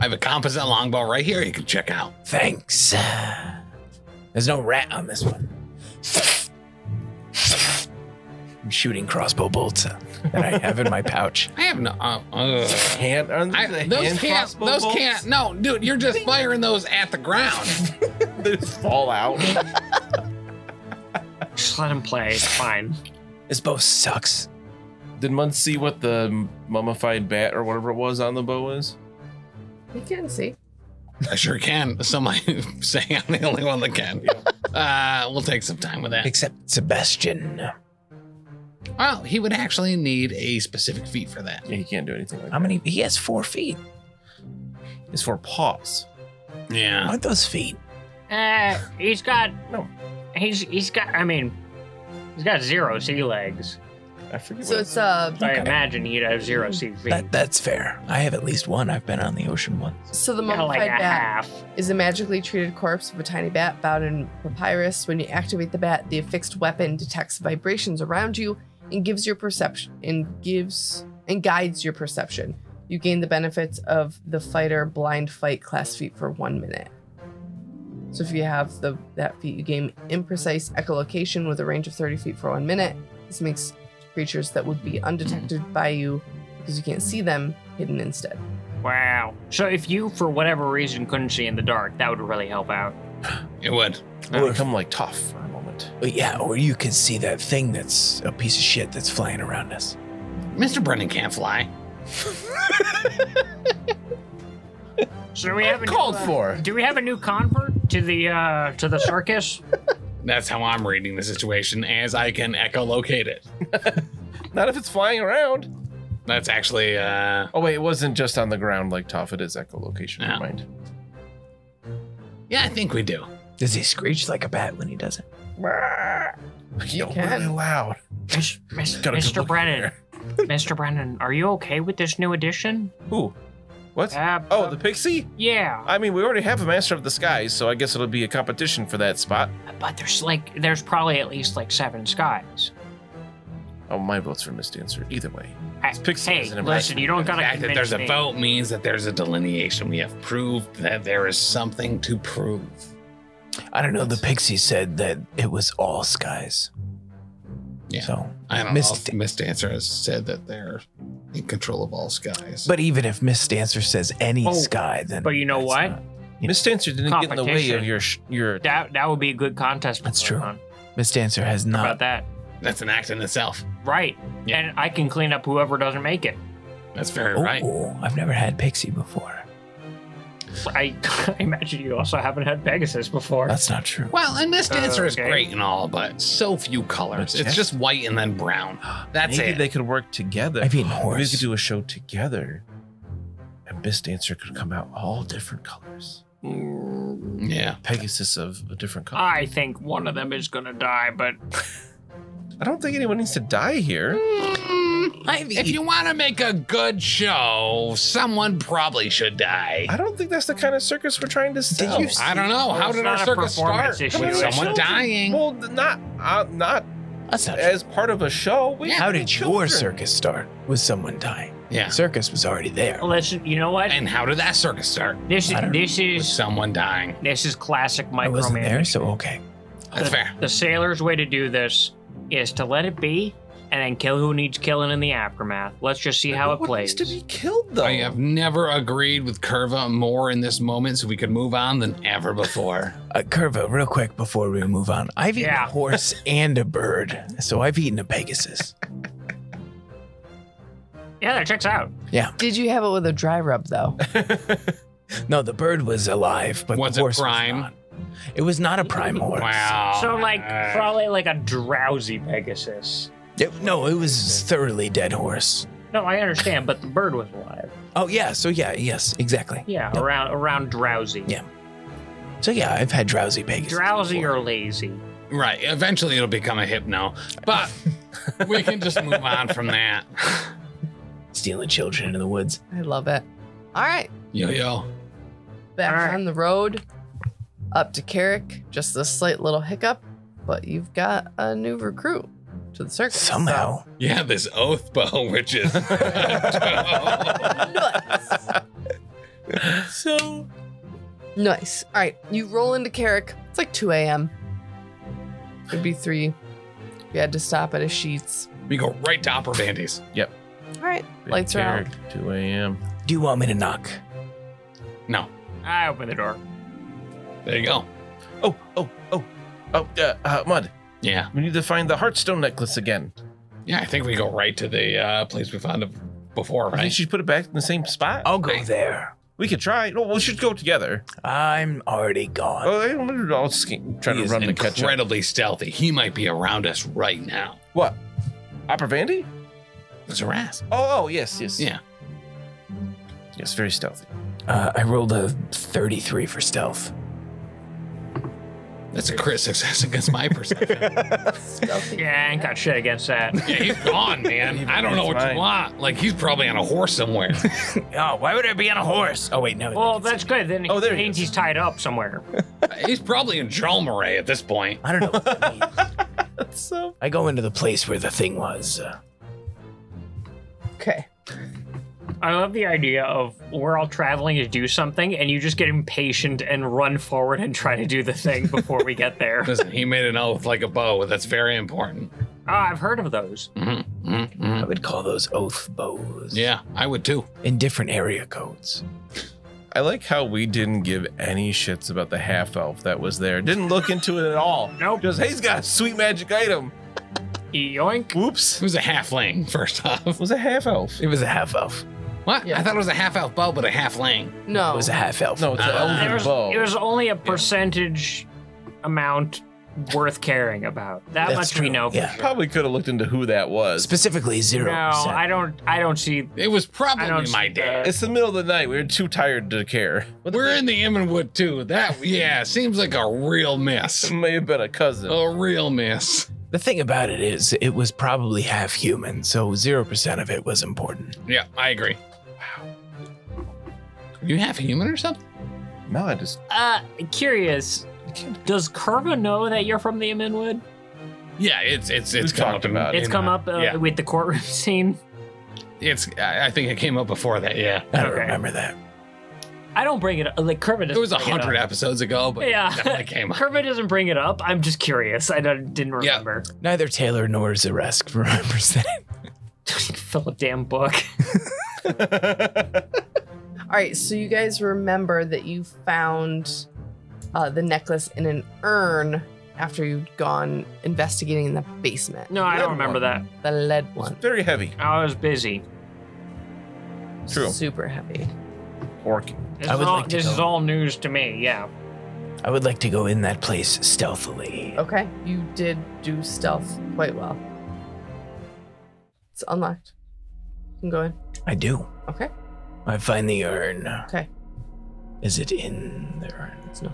S2: I have a composite longbow right here you can check out.
S3: Thanks. There's no rat on this one. I'm shooting crossbow bolts that I have in my pouch.
S2: I have no. Uh, uh,
S1: Hand, are
S2: I,
S1: the
S2: those
S1: hand
S2: can't.
S1: crossbow
S2: Those
S1: bolts?
S2: can't. No, dude, you're just firing those at the ground.
S1: They just fall out.
S5: Just let him play. It's fine.
S3: This bow sucks.
S1: Did Mun see what the mummified bat or whatever it was on the bow is?
S4: You can see.
S2: I sure can. Somebody saying I'm the only one that can. Uh, we'll take some time with that.
S3: Except Sebastian.
S2: Well, he would actually need a specific feat for that.
S1: Yeah, he can't do anything like
S3: How
S1: that.
S3: many? He has four feet.
S1: It's for paws.
S2: Yeah.
S3: Aren't those feet?
S5: Uh, he's got
S1: No.
S5: He's he's got. I mean, he's got zero sea legs.
S1: I forget.
S4: So
S1: what
S4: it's uh
S5: So I
S3: Okay.
S5: imagine he'd have zero sea feet.
S3: That, that's fair. I have at least one. I've been on the ocean once.
S4: so the
S5: Yeah,
S4: mummified
S5: like a
S4: bat
S5: half.
S4: is a magically treated corpse of a tiny bat bound in papyrus. When you activate the bat, the affixed weapon detects vibrations around you and gives your perception and gives and guides your perception. You gain the benefits of the fighter blind fight class feat for one minute. So if you have the that feat, you gain imprecise echolocation with a range of 30 feet for one minute. This makes creatures that would be undetected by you because you can't see them hidden instead.
S5: Wow. So if you, for whatever reason, couldn't see in the dark, that would really help out.
S2: It would.
S1: It would become like tough for a moment.
S3: But yeah, or you can see that thing that's a piece of shit that's flying around us.
S2: Mr. Brennan can't fly.
S5: So do we have a
S1: Called
S5: new, uh,
S1: for.
S5: Do we have a new convert to the uh to the circus?
S2: That's how I'm reading the situation, as I can echolocate it.
S1: Not if it's flying around.
S2: That's actually uh
S1: Oh wait, it wasn't just on the ground like tough. It is echolocation.
S2: Yeah.
S1: Never mind.
S2: yeah, I think we do.
S3: Does he screech like a bat when he does it?
S1: Yo,
S4: can.
S1: really loud.
S5: Mis- mis-
S1: Got a good
S5: Mr.
S1: look
S5: Brennan, Mr. Brennan, are you okay with this new addition?
S1: Who? What?
S5: Uh,
S1: oh, the pixie.
S5: yeah,
S1: I mean, we already have a master of the skies, so I guess it'll be a competition for that spot.
S5: but there's like there's probably at least like seven skies.
S1: Oh, my vote's for Misdancer. Either way,
S5: I-
S1: It's Pixie
S5: hey,
S1: isn't a
S5: listen, you don't
S2: The
S5: gotta
S2: fact that
S5: convince
S2: there's
S5: me.
S2: a vote means that there's a delineation. We have proved that there is something to prove.
S3: I don't know. The pixie said that it was all skies.
S2: Yeah.
S3: So,
S2: I don't
S3: Miss
S2: know. if Miss Dancer has said that they're in control of all skies.
S3: but even if Miss Dancer says any
S5: Oh,
S3: sky, then
S5: but you know
S3: that's
S5: what?
S3: not- Yeah.
S1: Misdancer didn't get in the way
S5: Competition.
S1: of your sh- your.
S5: That that would be a good contest.
S3: That's
S5: for
S3: true. Uh,
S5: Pokemon.
S3: Miss Dancer has
S5: How About
S3: not.
S5: that,
S2: that's an act in itself.
S5: right?
S2: Yeah.
S5: And I can clean up whoever doesn't make it.
S2: That's very
S3: Oh,
S2: right.
S3: I've never had pixie before.
S5: I, I imagine you also haven't had Pegasus before.
S3: That's not true.
S2: Well, and Miss
S5: Uh,
S2: Dancer is
S5: okay.
S2: great and all, but so few colors.
S1: Okay.
S2: It's just white and then brown. That's
S1: Maybe
S2: it.
S1: they could work together.
S3: I've eaten
S1: Maybe we could
S3: horse.
S1: do a show together, and Miss Dancer could come out all different colors.
S2: yeah.
S1: Pegasus of a different color.
S5: I think one of them is gonna die, but
S1: I don't think anyone needs to die here.
S2: If you want to make a good show, someone probably should die.
S1: I don't think that's the kind of circus we're trying to sell.
S3: you see-
S2: I don't know.
S5: Well,
S2: How
S5: it's
S2: did
S5: not
S2: our
S5: a
S2: circus start?
S5: performance issue.
S2: With
S5: It's
S2: someone
S1: children.
S2: dying.
S1: well, not uh, not
S3: That's not
S1: as part of a show. We
S2: Yeah.
S3: How
S1: have
S3: did your
S1: children.
S3: circus start? With someone dying.
S2: yeah.
S3: Circus was already there.
S5: listen, you know what?
S2: And how did that circus start?
S5: This
S3: I don't
S5: this
S2: With
S5: is
S2: someone dying.
S5: this is classic
S3: I wasn't
S5: micromanagement.
S3: there, so okay.
S2: That's fair.
S5: The sailor's way to do this is to let it be and then kill who needs killing in the aftermath. Let's just see how it
S1: What
S5: plays.
S1: needs to be killed though?
S2: I have never agreed with Curva more in this moment, so we could move on than ever before.
S3: Uh, Curva, real quick before we move on. I've eaten
S5: Yeah.
S3: a horse and a bird, so I've eaten a Pegasus.
S5: yeah, that checks out.
S4: Did you have it with a dry rub though?
S3: No, the bird was alive, but
S2: Was
S3: the
S2: it
S3: horse
S2: prime?
S3: was not. It was not a prime horse.
S2: wow. Uh,
S5: so like probably like a drowsy Pegasus.
S3: It- no, it was thoroughly dead horse.
S5: No, I understand, but the bird was alive.
S3: Oh yeah, so yeah, yes, exactly.
S5: Yeah,
S3: Yep.
S5: around around drowsy.
S3: Yeah. So yeah, I've had drowsy Pegasus.
S5: Drowsy
S3: before.
S5: or lazy.
S2: Right. Eventually it'll become a hypno, but we can just move on from that.
S3: stealing children in the woods.
S4: I love it. All right.
S2: Yo, yo.
S4: back
S5: All right.
S4: on the road up to Carrick. Just a slight little hiccup, but you've got a new recruit to the circus. so-
S3: Somehow.
S2: Yeah, this oath bow, which is.
S4: Nuts.
S2: so
S4: Nice. All right, you roll into Carrick. It's like 2 a.m. It'd be 3. We had to stop at a sheets.
S2: we go right to Opera Bandies.
S4: All right, lights are out.
S1: Eric, 2 a.m.
S3: Do you want me to knock?
S2: No,
S5: I open the door.
S2: there you go.
S1: Oh, oh, oh, oh, uh, uh, Mud,
S2: Yeah,
S1: we need to find the Heartstone necklace again.
S2: yeah. I think we go right to the uh, place we found it before,
S1: I think
S2: right?
S1: she put it back in the same spot.
S3: I'll go there.
S1: We could try. No, we should go together.
S3: I'm already gone.
S1: Oh, I'm I'll just keep trying
S2: He
S1: to
S2: is
S1: run to catch up.
S2: incredibly stealthy. He might be around us right now.
S1: What? Opera Vandy?
S2: It's a rasp.
S1: Oh, oh, yes, yes.
S2: Yeah.
S1: Yes, very stealthy.
S3: Uh, I rolled a 33 for stealth.
S2: That's a crit success against my perception.
S4: Stealthy.
S5: Yeah, I ain't got shit against that.
S2: yeah, he's gone, man. I don't know what
S1: fine.
S2: you want. Like he's probably on a horse somewhere.
S3: Oh, why would I be on a horse? Oh, wait, no.
S5: Well, that's good. Then
S1: Oh, there
S5: it
S1: he
S5: means
S1: is.
S5: he's tied up somewhere.
S2: he's probably in Jolmaray at this point.
S3: I don't know. what that means.
S1: So
S3: I go into the place where the thing was. Uh,
S4: Okay.
S5: I love the idea of we're all traveling to do something, and you just get impatient and run forward and try to do the thing before we get there. oh,
S2: Listen, he made an oath like a bow. That's very important.
S5: I've heard of those.
S2: Mhm, mhm, mhm.
S3: I would call those oath bows.
S2: Yeah, I would too.
S3: In different area codes.
S1: I like how we didn't give any shits about the half elf that was there. Didn't look into it at all.
S5: Nope.
S1: Just hey, he's got a sweet magic item.
S5: Yoink.
S1: Whoops.
S2: It was a halfling, first off.
S1: It was a half elf.
S3: It was a half elf.
S2: What?
S4: Yeah.
S2: I thought it was a half elf bow, but a halfling.
S4: No.
S3: It
S5: Oh.
S3: was a half elf.
S1: No, it's an
S2: Uh,
S5: There
S1: elven
S5: was,
S1: bow.
S5: there was only a percentage amount worth caring about. That
S3: That's
S5: much we
S3: true.
S5: know. for
S3: Yeah.
S5: sure.
S1: Probably could have looked into who that was.
S3: Specifically, zero.
S5: No, I don't. I don't see.
S2: It was
S5: I don't.
S2: probably my
S5: see
S2: dad.
S5: that.
S1: It's the middle of the night. We were too tired to care.
S2: We're in the Emmonwood too. That yeah, seems like a real miss.
S1: It may have been a cousin.
S2: A real miss.
S3: The thing about it is, it was probably half human, so 0% of it was important.
S2: Yeah, I agree. Wow. You half human or something?
S1: No, I just
S5: Uh, curious. Does Curva know that you're from the Aminwood?
S2: Yeah, it's it's it's
S1: We've
S2: come
S1: talked
S2: up in-
S1: about it.
S5: It's
S2: in,
S5: come
S2: uh,
S5: up uh,
S2: yeah,
S5: with the courtroom scene.
S2: it's. I I think it came up before that. Yeah,
S3: I don't
S5: Okay.
S3: remember that.
S5: I don't bring it up. Like Curva doesn't.
S2: it was a
S5: bring up.
S2: hundred episodes ago, but
S5: Yeah.
S2: yeah, definitely came up.
S5: Kermit doesn't bring it up. I'm just curious. I don't, didn't
S2: Yeah.
S5: remember.
S3: Neither Taylor nor Zaresk remembers that.
S5: Fill a damn book.
S4: All right, so you guys remember that you found uh, the necklace in an urn after you'd gone investigating in the basement.
S5: No, I
S1: Lead
S5: don't remember
S1: one.
S5: that.
S4: The lead one.
S1: very heavy.
S5: I was busy.
S1: True.
S4: Super heavy.
S1: Orc.
S5: This,
S3: I
S5: is
S3: would
S5: all,
S3: like to
S5: this
S3: go.
S5: is all news to me. Yeah.
S3: I would like to go in that place stealthily.
S4: Okay, you did do stealth quite well. It's unlocked. You can go in.
S3: I do.
S4: Okay.
S3: I find the urn.
S4: Okay.
S3: Is it in the urn?
S4: It's no.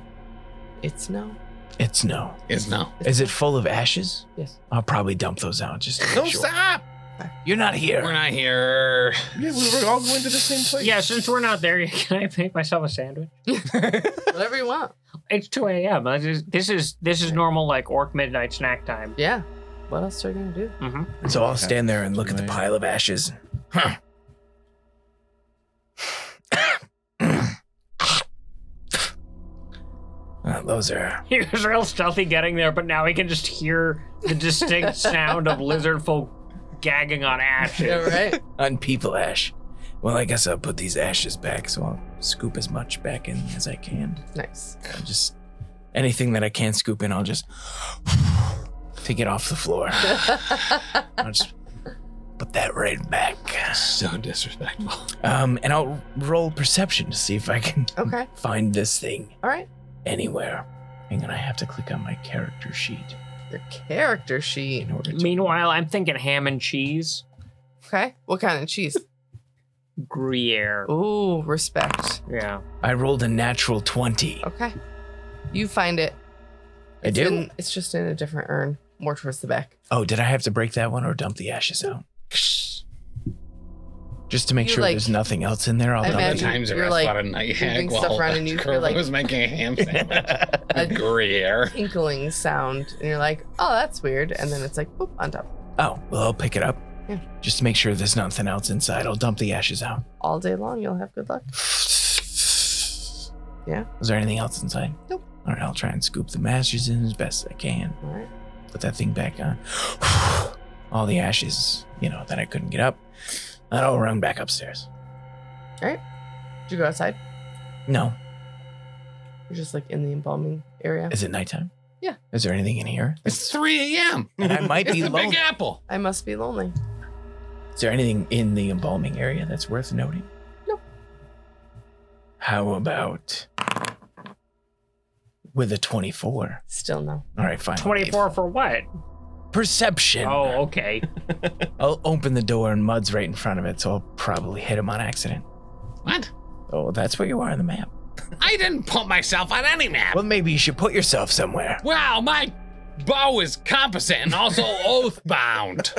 S4: It's no.
S3: It's no.
S2: It's no.
S3: Is it full of ashes?
S4: Yes.
S3: I'll probably dump those out just to
S1: No,
S3: make sure.
S1: stop.
S3: You're not here.
S2: We're not here.
S1: Yeah, we were all going to the same place.
S5: Yeah, since we're not there, can I make myself a sandwich?
S4: Whatever you want.
S5: It's 2 a.m. This is, this is this is normal like orc midnight snack time.
S4: Yeah. What else are you gonna do?
S5: hmm
S3: So I'll stand there and look at the
S1: Right.
S3: pile of ashes. Huh. Well, Uh, those are.
S5: He was real stealthy getting there, but now he can just hear the distinct sound of lizard folk gagging on ashes.
S4: Yeah, right.
S3: on people ash. Well, I guess I'll put these ashes back, so I'll scoop as much back in as I can.
S4: nice.
S3: I'll just anything that I can scoop in, I'll just take it off the floor. I'll just put that right back.
S2: So disrespectful.
S3: Um, and I'll roll perception to see if I can
S4: Okay.
S3: find this thing
S4: All right.
S3: anywhere. Hang on, I have to click on my character sheet
S4: Your character sheet.
S3: in order to.
S5: Meanwhile, I'm thinking ham and cheese,
S4: Okay. What kind of cheese?
S5: Gruyere.
S4: Ooh, respect.
S5: Yeah.
S3: I rolled a natural twenty.
S4: Okay. You find it.
S3: I
S4: It's
S3: do.
S4: in- it's just in a different urn, more towards the back.
S3: Oh, did I have to break that one or dump the ashes out? Just to make
S4: You,
S3: sure
S4: like-
S3: there's nothing else in there, I'll
S4: I
S3: dump
S2: Other
S4: imagine
S3: it.
S2: times
S4: you're,
S2: are
S4: like,
S2: spotted night
S4: moving
S2: hag
S4: stuff
S2: while
S4: around and you feel
S2: Curva
S4: like-
S2: was making a ham sandwich.
S4: A
S2: Gruyere.
S4: tinkling sound, and you're like, "Oh, that's weird," and then it's like, "Boop," on top
S3: Oh, well, I'll pick it up.
S4: Yeah.
S3: Just to make sure there's nothing else inside, I'll dump the ashes out.
S4: all day long. You'll have good luck. Yeah.
S3: Is there anything else inside?
S4: Nope.
S3: All right, I'll try and scoop the masters in as best I can.
S4: All right.
S3: Put that thing back on. All the ashes, you know, that I couldn't get up. That all run back upstairs.
S4: Did you go outside?
S3: No.
S4: You're just like in the embalming area.
S3: Is it nighttime?
S4: Yeah.
S3: Is there anything in here?
S2: It's 3 a.m.
S3: And I might
S2: It's
S3: be
S2: the Big
S3: lonely.
S2: Apple.
S4: I must be lonely.
S3: Is there anything in the embalming area that's worth noting?
S4: Nope.
S3: How about with a 24?
S4: Still no.
S3: All right, fine. I'll leave.
S5: 24 for what?
S3: Perception.
S5: Oh, okay.
S3: I'll open the door and Mud's right in front of it, so I'll probably hit him on accident.
S2: What?
S3: Oh, that's where you are on the map.
S2: I didn't put myself on any map.
S3: Well, maybe you should put yourself somewhere.
S2: Wow, my bow is composite and also oath bound.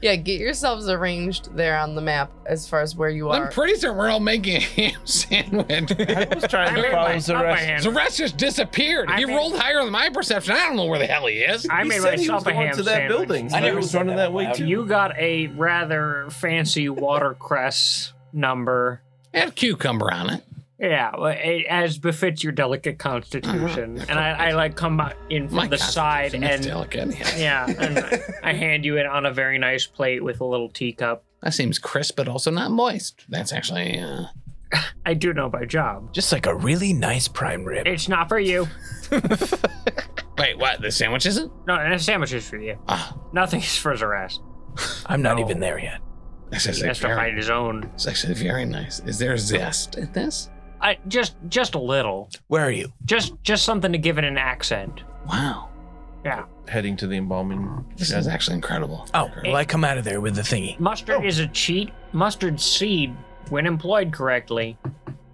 S4: Yeah, get yourselves arranged there on the map as far as where you
S2: I'm
S4: are.
S2: pretty sure we're all making a ham sandwich.
S1: I was trying
S5: I
S1: to
S5: made
S1: follow
S5: my-
S1: the
S5: not my
S1: rest.
S5: hand.
S2: The rest just disappeared.
S5: I
S2: he
S5: mean-
S2: rolled higher than my perception. I don't know where the hell he is.
S5: I made myself a ham
S1: to that
S5: sandwich.
S1: building.
S3: I
S1: I
S3: never
S1: never was
S3: said
S1: running
S3: that
S1: that way
S3: out loud.
S1: too.
S5: You got a rather fancy watercress number.
S2: It had cucumber on it.
S5: Yeah, well, it, as befits your delicate constitution. and I, I like come out in from
S2: Mm-hmm. My
S5: the side
S2: constitution is
S5: and
S2: delicate. Yeah.
S5: yeah, and I hand you it on a very nice plate with a little teacup.
S2: That seems crisp, but also not moist. That's actually uh,
S5: I do know my job.
S3: Just like a really nice prime rib.
S5: It's not for you.
S2: wait. What the sandwich isn't?
S5: No, and a sandwich is for you.
S2: Ah,
S5: Nothing is for Zaraz.
S3: I'm not
S5: no.
S3: even there yet.
S2: that's
S5: He
S2: actually,
S5: has to
S2: very,
S5: find his own.
S2: it's actually very nice. Is there zest in this?
S5: I just just a little.
S3: Where are you?
S5: Just just something to give it an accent.
S2: Wow,
S1: Heading to the embalming.
S2: this
S1: shed.
S2: is actually incredible.
S3: Oh, well, I come out of there with the thingy.
S5: Mustard is a cheat. Mustard seed, when employed correctly,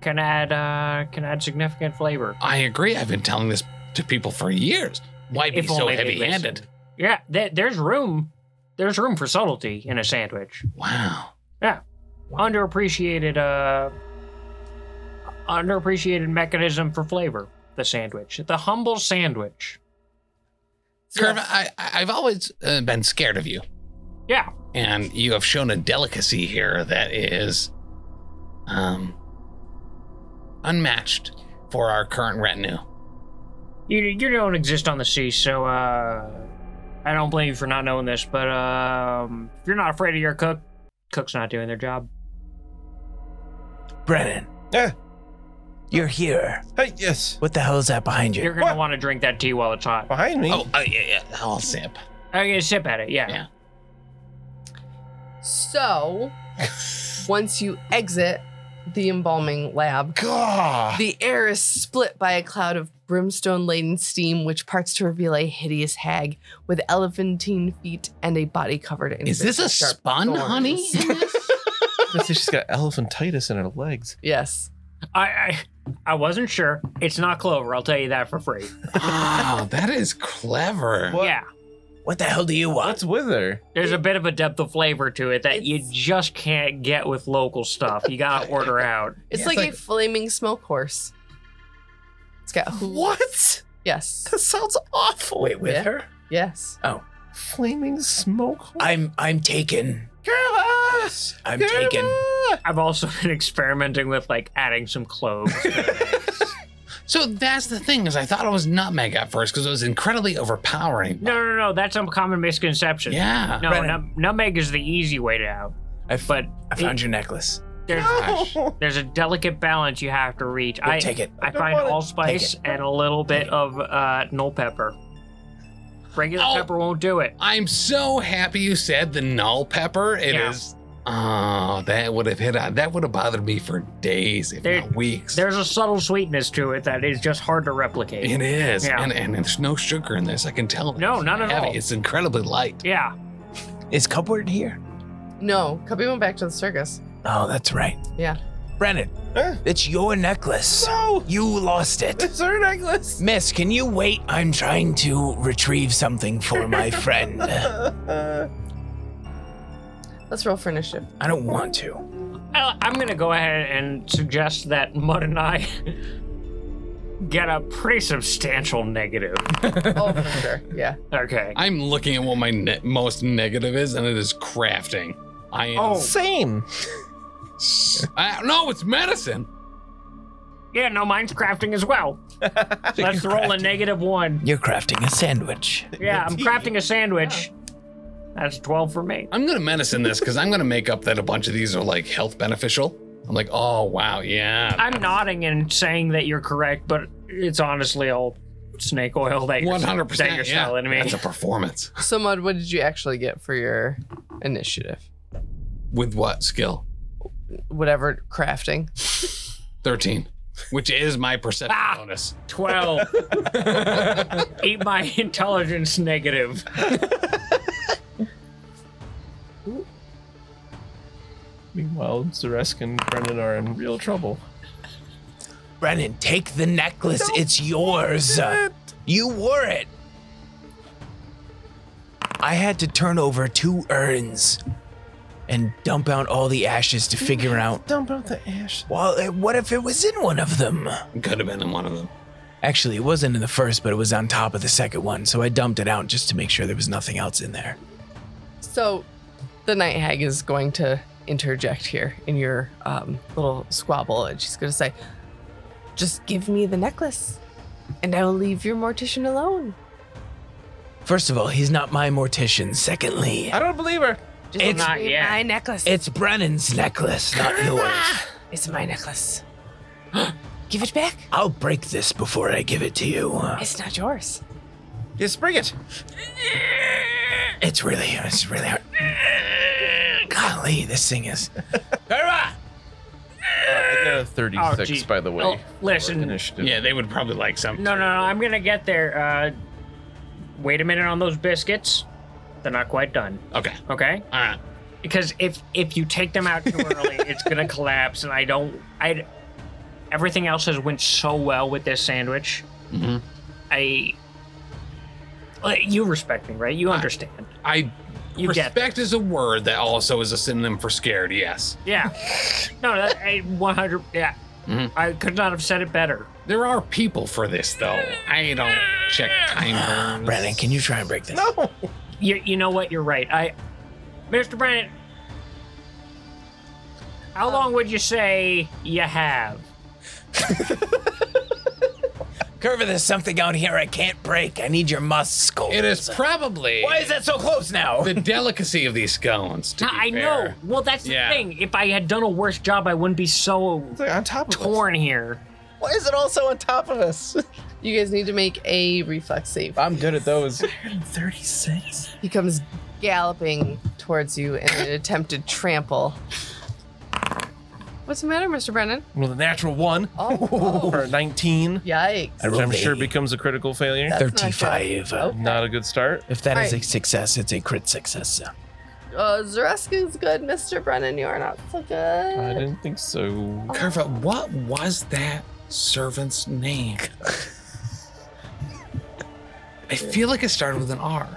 S5: can add uh, can add significant flavor.
S2: I agree. I've been telling this to people for years. Why be
S5: If
S2: so
S5: only they
S2: heavy-handed?
S5: listened. Yeah, there, there's room. There's room for subtlety in a sandwich.
S2: Wow.
S5: Underappreciated uh underappreciated mechanism for flavor. The sandwich. The humble sandwich.
S2: Curve, I, I- I've always uh, been scared of you,
S5: Yeah.
S2: and you have shown a delicacy here that is um, unmatched for our current retinue.
S5: You you don't exist on the sea, so uh I don't blame you for not knowing this, but um if you're not afraid of your cook, cook's not doing their job.
S3: Brennan.
S1: Yeah.
S3: You're here.
S1: Hey, yes.
S3: What the hell is that behind you?
S5: You're gonna
S1: What?
S5: want to drink that tea while it's hot.
S1: Behind me.
S2: Oh, uh, yeah, yeah. I'll sip.
S5: I get a sip at it, yeah.
S2: Yeah.
S4: So, once you exit the embalming lab,
S1: God.
S4: the air is split by a cloud of brimstone laden steam, which parts to reveal a hideous hag with elephantine feet and a body covered in.
S2: Is this a
S4: sharp
S2: spun,
S4: thorns.
S2: honey?
S1: She's got elephantitis in her legs.
S4: Yes.
S5: I, I I wasn't sure. It's not clover, I'll tell you that for free.
S2: oh, that is clever.
S1: What?
S5: Yeah.
S3: What the hell do you want?
S1: What's with her?
S5: There's a bit of a depth of flavor to it that you
S4: It's-
S5: just can't get with local stuff. You gotta order out.
S4: It's
S2: Yeah, it's
S4: like,
S2: like-
S4: a flaming smoke horse. It's got hooves.
S1: What?
S4: Yes.
S1: That sounds awful.
S3: Wait, with
S4: Yeah.
S3: her?
S4: Yes.
S1: Flaming smoke.
S3: I'm I'm taken.
S1: Careless.
S3: I'm
S1: Careless.
S3: taken.
S5: I've also been experimenting with like adding some cloves. to it.
S2: So that's the thing is I thought it was nutmeg at first because it was incredibly overpowering.
S5: no, no, no, that's a common misconception.
S2: Yeah.
S5: No,
S3: Brennan.
S5: num- nutmeg is the easy way to out,
S3: I, f-
S5: but
S3: I found your necklace.
S5: there's
S2: Gosh.
S5: there's a delicate balance you have to reach.
S3: Here,
S5: I
S3: take it.
S5: I
S1: don't
S5: find
S1: want it.
S5: allspice
S3: Take
S5: and a little bit of uh, null pepper. Regular
S2: Oh.
S5: pepper won't do it.
S2: I'm so happy you said the null pepper. It is.
S5: Yeah.
S2: Oh, that would have hit on. That would have bothered me for days, if
S5: There-
S2: not weeks.
S5: There's a subtle sweetness to it that is just hard to replicate.
S2: it is,
S5: Yeah.
S2: and, and there's no sugar in this. I can tell. that
S5: No,
S2: it's
S5: none at
S2: heavy.
S5: all.
S2: It's incredibly light.
S5: yeah,
S3: Is Cupboard here?
S4: No. Cubby went back to the circus.
S3: Oh, that's right.
S4: Yeah.
S3: Brennan,
S1: Huh?
S3: it's your necklace.
S1: No.
S3: You lost it.
S1: It's her necklace.
S3: Miss, can you wait? I'm trying to retrieve something for my friend. I
S4: Let's roll for initiative.
S3: don't want to.
S5: I, I'm gonna go ahead and suggest that Mud and I get a pretty substantial negative.
S4: Oh, for sure. Yeah.
S5: Okay.
S2: I'm looking at what my ne- most negative is, and it is crafting. I am.
S5: Oh.
S1: Same.
S2: I, no, it's medicine.
S5: Yeah, no, mine's crafting as well. Let's
S3: You're
S5: roll a
S3: crafting-
S5: negative one.
S3: You're crafting a sandwich.
S5: Yeah, I'm crafting a sandwich. That's 12 for me.
S2: I'm gonna menace in this because I'm gonna make up that a bunch of these are like health beneficial. I'm like, oh wow, yeah.
S5: I'm nodding and saying that you're correct, but it's honestly all snake oil that you're,
S2: One hundred
S5: that
S2: percent.
S5: you're
S2: Yeah,
S5: selling me.
S2: that's a performance.
S4: So, Mud, what did you actually get for your initiative?
S2: With what skill?
S4: Whatever crafting.
S2: Thirteen, which is my perception
S5: Ah!
S2: bonus.
S5: 12. Eat my intelligence negative.
S1: Meanwhile, Zaresk and Brendan are in real trouble.
S3: Brennan, take the necklace. it's yours. You wore it. I had to turn over two urns and dump out all the ashes to figure out.
S1: Dump out the ash.
S3: Well, eh, what if it was in one of them?
S2: Could have been in one of them.
S3: Actually, it wasn't in the first, but it was on top of the second one, so I dumped it out just to make sure there was nothing else in there.
S4: So, the Night Hag is going to interject here in your um, little squabble, and she's going to say, Just give me the necklace, and I will leave your mortician alone.
S3: First of all, he's not my mortician. Secondly,
S1: I don't believe her.
S4: Just
S3: It's-
S4: give me
S5: Not
S4: my necklace.
S3: it's Brennan's necklace, not yours.
S4: It's my necklace. give it back.
S3: I'll break this before I give it to you.
S4: It's not yours.
S1: Just bring it.
S3: It's really, it's really hard. Golly, this thing is.
S1: I got a 36,
S5: Oh, gee.
S1: by the way.
S5: Oh, listen. No,
S1: Initiative.
S2: Yeah, they would probably like some.
S5: no, no. I'm going to get there. Uh, wait a minute on those biscuits. They're not quite done.
S2: Okay,
S5: Okay?
S2: all right.
S5: because if if you take them out too early, it's gonna collapse, and I don't. I everything else has went so well with this sandwich.
S2: Mhm.
S5: I like, you respect me, right? You understand.
S2: I
S5: You get
S2: respect is a word that also is a synonym for scared. Yes,
S5: yeah. No, that I one hundred. Yeah,
S2: Mhm.
S5: I could not have said it better.
S2: there are people for this though. I don't check time terms.
S3: Brennan, can you try and break this?
S1: No.
S5: You you know what? You're right. I, Mr. Brennan,
S2: Um,
S5: how long would you say you have?
S3: Curva, there's something out here I can't break. I need your muscle.
S2: It is probably
S3: Why is that so close now?
S2: the delicacy of these scones. To be
S5: I know.
S2: fair.
S5: Well, that's
S2: Yeah.
S5: the thing. If I had done a worse job, I wouldn't be so
S1: It's like on top of
S5: torn here.
S1: us. Why is it also on top of us?
S4: You guys need to make a reflex save.
S8: I'm good at those.
S3: 36.
S4: He comes galloping towards you in an attempted trample. What's the matter, Mr. Brennan?
S1: Well, the natural one.
S4: Oh,
S1: Or 19.
S4: yikes.
S3: I
S1: Which
S3: rolled
S1: I'm sure
S3: a
S1: becomes a critical failure.
S4: That's not good.
S3: 35.
S4: Oh.
S1: Not a good start.
S3: uh, If that is
S4: Alright.
S3: a success, it's a crit success.
S4: Uh, Zareska's good, Mr. Brennan. You are not so
S2: Uh,
S1: I
S4: good.
S1: didn't think so.
S2: Curva, what was that servant's name? I feel like it started with an R.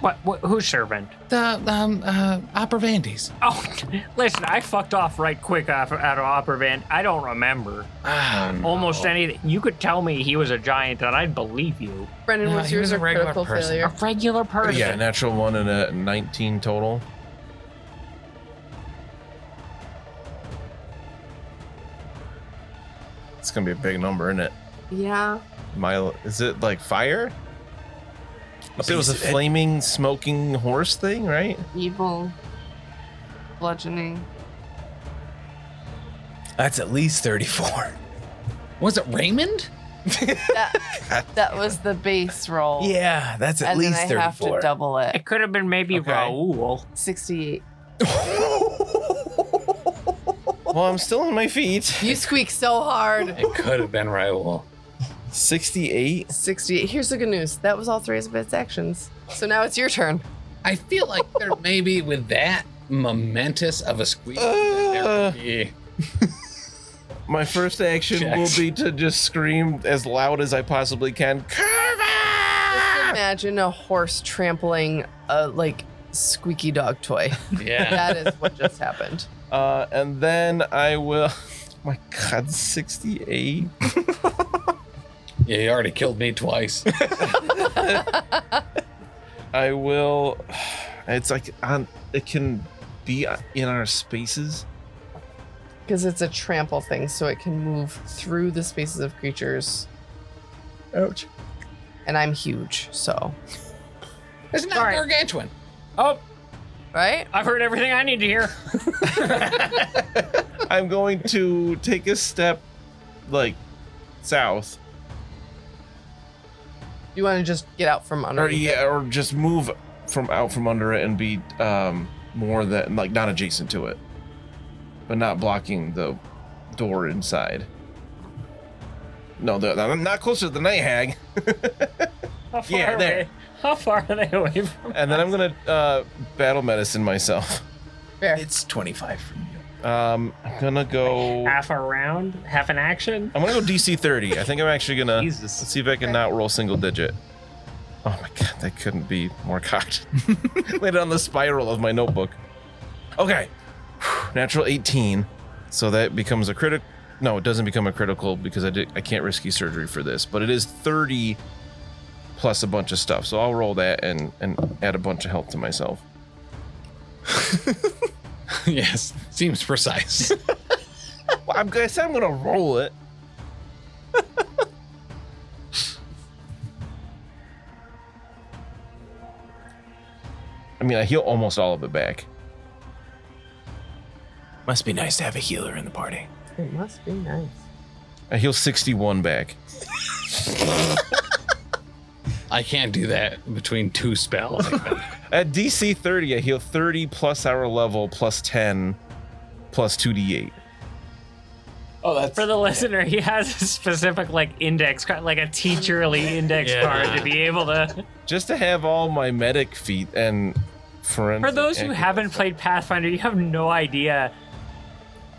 S5: What? what who's servant?
S2: The um uh Opervandes.
S5: Oh, listen, I fucked off right quick off, out of Opera Van. I don't remember
S2: Ah, no.
S5: almost anything. You could tell me he was a giant, and I'd believe you.
S4: Brennan,
S2: No,
S4: was
S2: he
S4: yours
S2: was a
S4: a
S2: regular
S4: critical
S2: person.
S5: A
S4: failure?
S5: regular person.
S1: Yeah, natural one and a 19 total. It's gonna be a big number, isn't it?
S4: Yeah.
S1: My is it like fire? You said it was a
S3: piece of it.
S1: flaming, smoking horse thing, right?
S4: Evil. Bludgeoning.
S3: That's at least 34.
S2: Was it Raymond?
S4: That, that was the base roll.
S3: Yeah, that's at
S4: and
S3: least
S4: then I have to
S3: 34.
S4: double it.
S5: It could have been maybe
S1: Okay.
S5: Raoul.
S4: 68.
S1: Well, I'm still on my feet.
S4: You squeak so hard.
S2: It could have been Raoul.
S1: 68.
S4: 68. Here's the good news. That was all three of its actions. So now it's your turn.
S2: I feel like there may be with that momentous of a squeak. there could be-
S1: My first action
S2: Jax.
S1: will be to just scream as loud as I possibly can.
S4: Just
S2: Ah.
S1: Curva!
S4: imagine a horse trampling a like squeaky dog toy.
S2: yeah.
S4: That is what just happened.
S1: Uh, and then I will. My God, 68.
S2: yeah, you already killed me twice.
S1: I will. um, It's like on. It can be in our spaces.
S4: because it's a trample thing, so it can move through the spaces of creatures.
S8: Ouch.
S4: And I'm huge, so
S2: It's not
S5: Sorry.
S2: gargantuan.
S5: Oh,
S4: right.
S5: I've heard everything I need to hear.
S1: I'm going to take a step, like, south,
S4: You want to just get out from under?
S1: or yeah, or just move from out from under it and be um more than like not adjacent to it, but not blocking the door inside. No, the, I'm not closer to the night hag.
S5: How far
S1: Yeah, there.
S5: are they- How far are they away from?
S1: And then I'm gonna uh, battle medicine myself.
S4: Fair.
S3: It's 25 from you.
S1: Um, I'm gonna go.
S5: Half a round, half an action.
S1: I'm gonna go DC 30. I think I'm actually gonna
S5: Jesus.
S1: let's see if I can not roll single digit. Oh my god, that couldn't be more cocked. Landed on the spiral of my notebook. Okay, natural 18. So that becomes a critic. No, it doesn't become a critical because I did. I can't risky surgery for this, but it is 30 plus a bunch of stuff. So I'll roll that and and add a bunch of health to myself.
S2: yes, seems precise.
S1: Well, I'm gonna say I'm gonna roll it. I mean, I heal almost all of it back.
S3: Must be nice to have a healer in the party.
S4: It must be nice.
S1: I heal 61 back.
S2: I can't do that between two spells.
S1: At DC 30, I heal 30 plus our level plus 10 plus 2d8.
S3: Oh, that's
S5: For the listener, he has a specific like index card, like a teacherly index
S2: Yeah.
S5: card to be able to.
S1: Just to have all my medic feet and forensic.
S5: For those who
S1: ac-
S5: haven't played Pathfinder, you have no idea.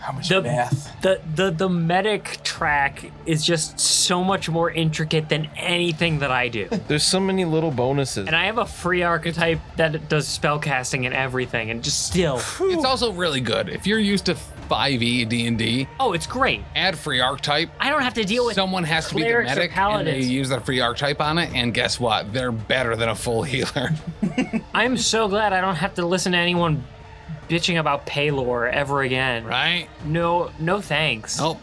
S3: how much
S5: The-
S3: math.
S5: The, the the medic track is just so much more intricate than anything that I do.
S1: There's so many little bonuses.
S5: And I have a free archetype that does spellcasting and everything, and just still,
S2: it's also really good if you're used to E 5e D&D.
S5: oh, it's great.
S2: Add free archetype.
S5: I don't have to deal with
S2: Someone has to be the
S5: clerics or
S2: medic, and they
S5: paladins.
S2: use their free archetype on it, and guess what? They're better than a full healer.
S5: I'm so glad I don't have to listen to anyone bitching about Paylor ever again.
S2: Right?
S5: No, no thanks.
S2: Nope.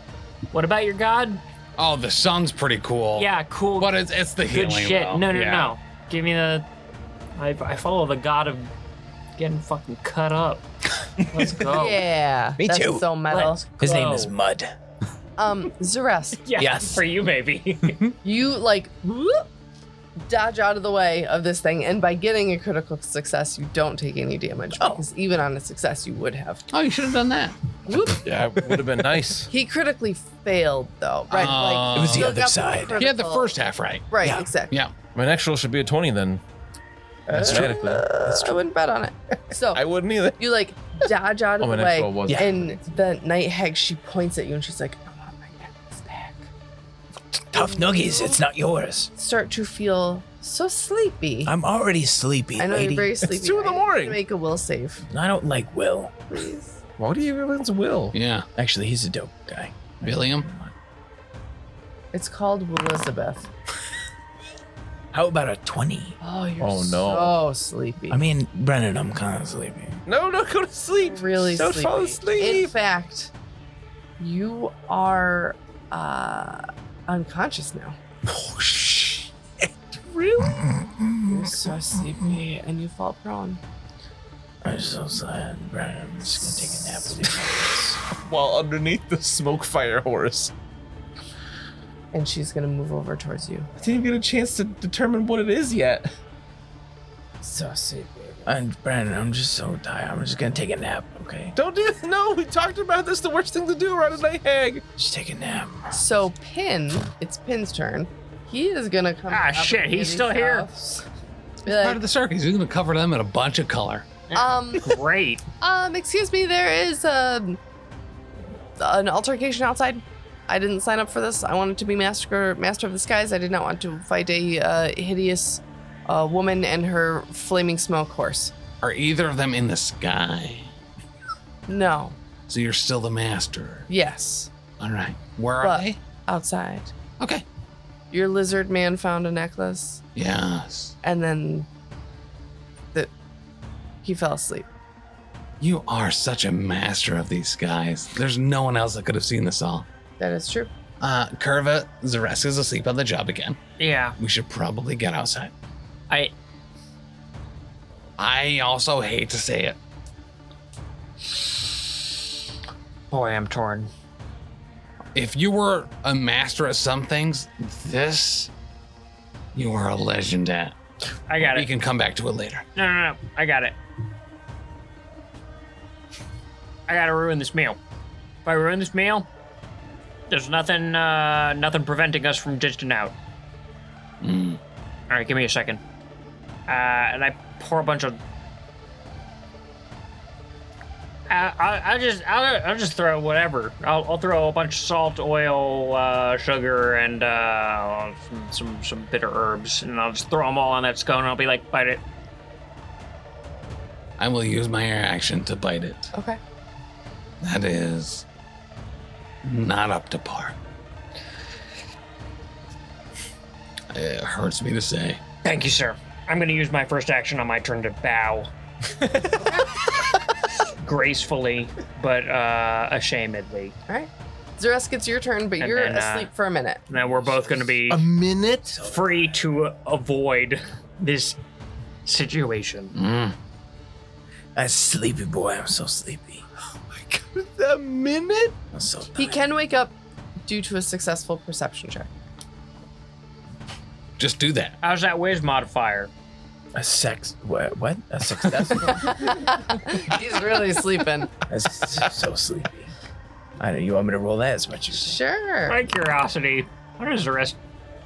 S5: What about your god?
S2: Oh, the sun's pretty cool.
S5: Yeah, cool.
S2: But it's, it's the
S5: good
S2: healing.
S5: shit.
S2: though.
S5: No, no,
S2: Yeah.
S5: no. Give me the. I, I follow the god of getting fucking cut up. Let's go.
S4: Yeah.
S3: Me
S4: that's
S3: too.
S4: So metal.
S5: Let's
S3: His name
S5: go.
S3: is Mud.
S4: Um, Zares,
S5: Yeah,
S3: Yes.
S5: for you, maybe.
S4: you like whoop, dodge out of the way of this thing, and by getting a critical success, you don't take any damage
S3: Oh.
S4: because even on a success, you would have.
S2: Oh, you should have done that.
S4: Whoop.
S1: yeah, it would have been nice.
S4: He critically failed though, right?
S2: Oh.
S4: like
S2: It was the
S4: still
S3: other
S4: got
S3: side.
S2: He had the
S4: critical-
S2: first half right.
S4: Right,
S3: Yeah.
S4: exactly.
S2: Yeah.
S1: My next roll should be a 20 then. That's true.
S4: Uh, I wouldn't bet on it. So
S1: I wouldn't either.
S4: you like dodge out
S1: Oh,
S4: of
S1: my
S4: the
S1: next
S4: way,
S1: roll was.
S4: and the night hag she points at you and she's like, "I want my necklace back."
S3: Tough nuggies, it's not yours.
S4: Start to feel so sleepy.
S3: I'm already sleepy,
S4: I know
S3: lady.
S4: you're very sleepy.
S1: two in the
S4: I need you to
S1: morning.
S4: Make a will save,
S3: I don't like Will.
S4: please.
S1: Why do you everyone's will?
S2: Yeah.
S3: Actually, he's a dope guy.
S2: William?
S4: It's called Elizabeth.
S3: How about a 20?
S4: Oh, you're
S1: Oh, no.
S4: so sleepy.
S3: I mean, Brennan, I'm kind of sleepy.
S1: No, no, go to sleep.
S4: really
S1: Don't
S4: sleepy.
S1: fall
S4: In
S1: asleep.
S4: fact, you are uh, unconscious now.
S3: Oh, shh.
S4: Really? You're so sleepy, and you fall prone.
S3: I'm so sad, Brennan. I'm just going to take a nap with you.
S1: While underneath the smoke fire horse.
S4: And she's gonna move over towards you.
S1: I didn't even get a chance to determine what it is yet.
S4: So sleepy.
S3: And Brennan, I'm just so tired. I'm just going to take a nap, okay?
S1: Don't do this. No, we talked about this. The worst thing to do around a night hag.
S3: Just take a nap.
S4: So Pin, it's Pin's turn. He is gonna come.
S5: Ah,
S4: up
S5: shit,
S4: and
S5: he's
S4: give
S5: still
S4: you
S5: here.
S4: stuff. Be
S2: Part of
S4: Like,
S2: the circus. He's going to cover them in a bunch of color.
S4: um,
S5: Great.
S4: um, excuse me, there is um an altercation outside. I didn't sign up for this. I wanted to be master master of the skies. I did not want to fight a uh, hideous uh, woman and her flaming smoke horse.
S2: Are either of them in the sky?
S4: No.
S2: So you're still the master.
S4: Yes.
S2: All right. Where are
S4: But-
S2: they?
S4: Outside.
S2: Okay.
S4: Your lizard man found a necklace.
S2: Yes.
S4: and then the he fell asleep.
S2: You are such a master of these guys. There's no one else that could have seen this all.
S4: That is true.
S2: Uh, Curva, Zaresk is asleep on the job again.
S5: Yeah.
S2: We should probably get outside.
S5: I
S2: I also hate to say it.
S5: boy, I'm torn.
S2: If you were a master at some things, this, you are a legend at.
S5: I got
S2: We
S5: it.
S2: can come back to it later.
S5: No, no, no. I got it. I gotta ruin this meal. If I ruin this meal, there's nothing, uh, nothing preventing us from dishing out.
S2: Mm.
S5: All right, give me a second. Uh, and I pour a bunch of. I, uh, I, I just I'll, I'll just throw whatever. I'll, I'll throw a bunch of salt, oil, uh, sugar, and uh, some, some some bitter herbs, and I'll just throw them all on that scone. And I'll be like, bite it.
S2: I will use my air action to bite it.
S4: Okay.
S2: That is not up to par. It hurts me to say.
S5: Thank you, sir. I'm going to use my first action on my turn to bow. Gracefully, but uh, ashamedly.
S4: All right. Zeresk, it's your turn, but
S5: And
S4: you're
S5: then, uh,
S4: asleep for a minute.
S5: Now we're both going to be
S3: Um,
S9: A minute?
S5: free to avoid this situation.
S2: Mm.
S3: That's sleepy boy. I'm so sleepy.
S9: Oh A minute?
S3: I'm so
S4: He can wake up due to a successful perception check.
S2: Just do that.
S5: How's that whiz modifier?
S3: a sex. What? What? A successful.
S4: He's really sleeping.
S3: That's so sleepy. I know you want me to roll that as much as
S4: Sure.
S5: My curiosity. What is the rest?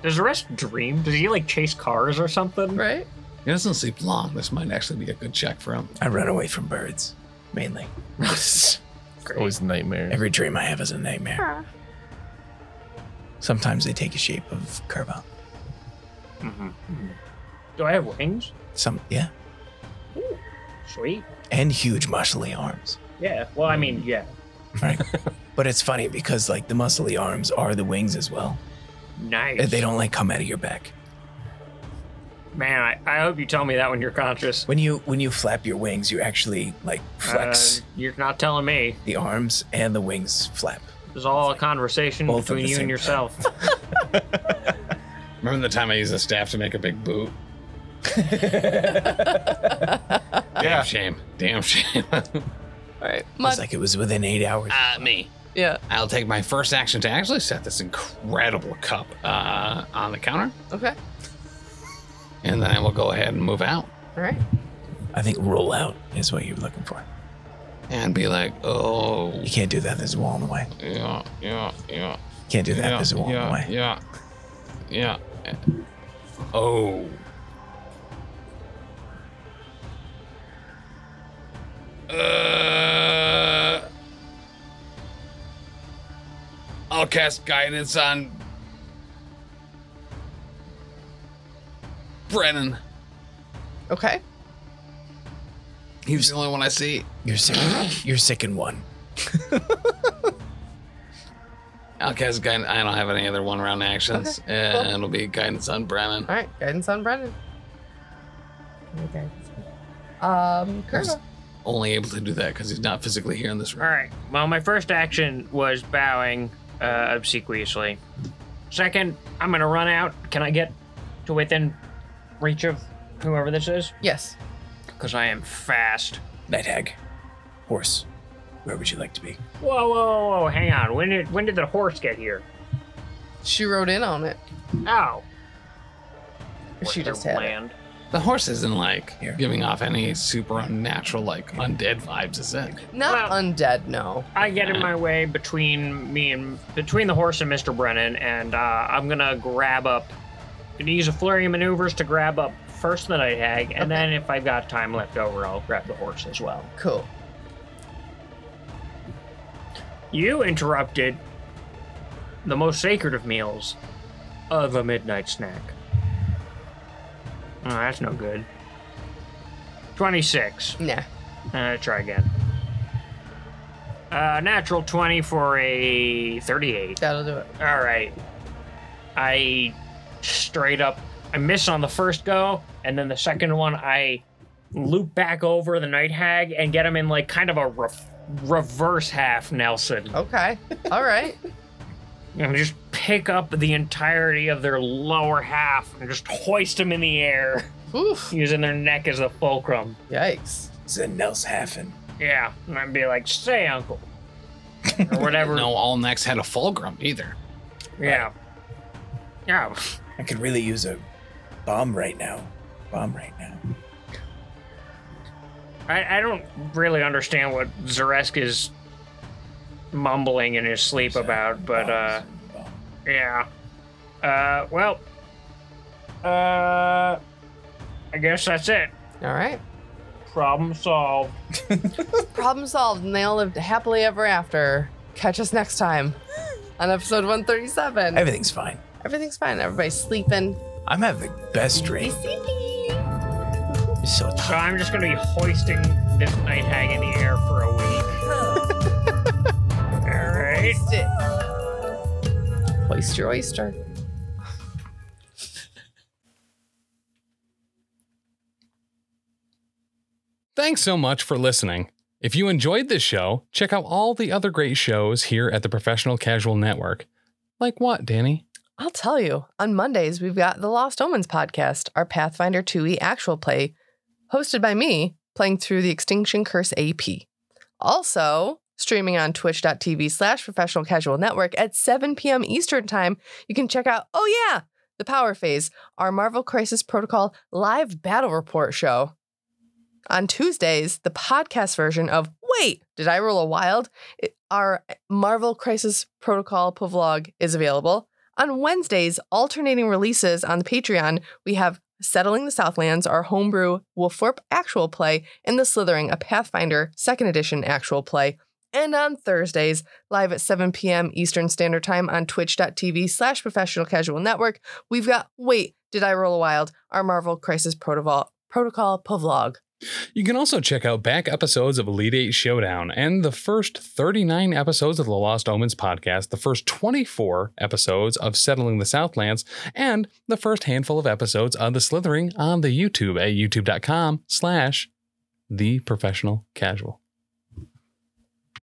S5: Does the rest dream? Does he like chase cars or something?
S4: Right?
S2: He doesn't sleep long. This might actually be a good check for him.
S3: I run away from birds, mainly.
S1: Always nightmare.
S3: Every dream I have is a nightmare. Sometimes they take a shape of Kerba.
S5: Do I have wings?
S3: Some, yeah,
S5: Sweet.
S3: and huge muscly arms.
S5: Yeah. Well, I mean, yeah.
S3: Right. but it's funny because like the muscly arms are the wings as well.
S5: Nice.
S3: They don't like come out of your back.
S5: Man, I, I hope you tell me that when you're conscious.
S3: When you when you flap your wings, you actually like flex
S5: Uh, you're not telling me.
S3: the arms and the wings flap.
S5: It was all a conversation
S3: Both at
S5: between
S3: the
S5: you
S3: same
S5: and yourself.
S2: Remember the time I used a staff to make a big boot?
S1: Yeah.
S2: Damn shame. Damn shame.
S4: All right.
S3: It's
S4: Mud.
S3: like it was within eight hours.
S2: uh, me.
S4: yeah.
S2: I'll take my first action to actually set this incredible cup uh, on the counter,
S4: Okay.
S2: and then I will go ahead and move out
S4: All right.
S3: I think roll out is what you're looking for.
S2: and be like, oh,
S3: You can't do that. There's a wall in the way.
S2: yeah, yeah, yeah.
S3: You can't do that.
S2: yeah,
S3: There's a wall in the
S2: yeah,
S3: way.
S2: yeah, yeah. Oh. Uh, I'll cast guidance on Brennan.
S4: Okay.
S2: He's the only one I see.
S3: You're sick. you're sick in one.
S2: I'll cast guidance. I don't have any other one round actions, and it'll be guidance on Brennan.
S4: All right. Guidance on Brendan. Okay. Um, Curva.
S2: Only able to do that because he's not physically here in this room.
S5: All right. Well, my first action was bowing uh, obsequiously. Second, I'm gonna run out. Can I get to within reach of whoever this is?
S4: Yes.
S5: Because I am fast.
S3: Night hag, horse. Where would you like to be?
S5: Whoa, whoa, whoa! Hang on. When did when did the horse get here?
S4: She rode in on it.
S5: Oh,
S4: She
S5: Horse
S4: just
S5: or
S4: had it.
S5: land.
S2: The horse isn't like
S3: Here.
S2: giving off any super unnatural, like undead vibes, is it?
S4: Not
S5: Well-
S4: undead, no.
S5: I get in my way between me and between the horse and Mr. Brennan, and uh, I'm gonna grab up. Gonna use a flurry of maneuvers to grab up first the night hag, and then if I've got time left over, I'll grab the horse as well.
S4: Cool.
S5: You interrupted the most sacred of meals of a midnight snack. Oh, that's no good. 26.
S4: Nah.
S5: Uh, try again. Uh, natural 20 for a 38.
S4: That'll do it.
S5: All right. I straight up I miss on the first go, and then the second one I loop back over the night hag and get him in like kind of a re- reverse half Nelson.
S4: Okay. All right.
S5: And just pick up the entirety of their lower half and just hoist them in the air
S4: Oof.
S5: using their neck as a fulcrum.
S4: Yikes.
S3: Zenel's Hafen.
S5: Yeah, and I'd be like, "Say, uncle," or whatever.
S10: No, all necks had a fulcrum either.
S5: Yeah. Yeah.
S3: I could really use a bomb right now. Bomb right now.
S5: I, I don't really understand what Zaresk is mumbling in his sleep about, but uh, yeah. Uh, well, uh, I guess that's it.
S4: All right.
S5: Problem solved.
S4: Problem solved, and they all lived happily ever after. Catch us next time on episode 137.
S3: Everything's fine.
S4: Everything's fine. Everybody's sleeping.
S3: I'm having the best dream. It's so
S5: So I'm just gonna be hoisting this night hag in the air for a week. All right.
S4: Hoist it. Hoist your oyster.
S2: Thanks so much for listening. If you enjoyed this show, check out all the other great shows here at the Professional Casual Network. Like what, Danny?
S4: I'll tell you, on Mondays, we've got the Lost Omens podcast, our Pathfinder 2e actual play, hosted by me, playing through the Extinction Curse AP. Also, streaming on twitch.tv slash professional casual network at 7 p.m. Eastern Time, you can check out, oh yeah, The Power Phase, our Marvel Crisis Protocol live battle report show. On Tuesdays, the podcast version of Wait, Did I Roll a Wild? It- Our Marvel Crisis Protocol Povlog is available. On Wednesdays, alternating releases on the Patreon, we have Settling the Southlands, our homebrew Wolforp actual play, and The Slithering, a Pathfinder second edition actual play. And on Thursdays, live at 7 p.m. Eastern Standard Time on twitch.tv slash professional casual network, we've got Wait, Did I Roll a Wild? Our Marvel Crisis Protocol, Protocol Povlog.
S2: You can also check out back episodes of Elite Eight Showdown and the first 39 episodes of the Lost Omens podcast, the first 24 episodes of Settling the Southlands, and the first handful of episodes of The Slithering on the YouTube at youtube.com slash the professional casual.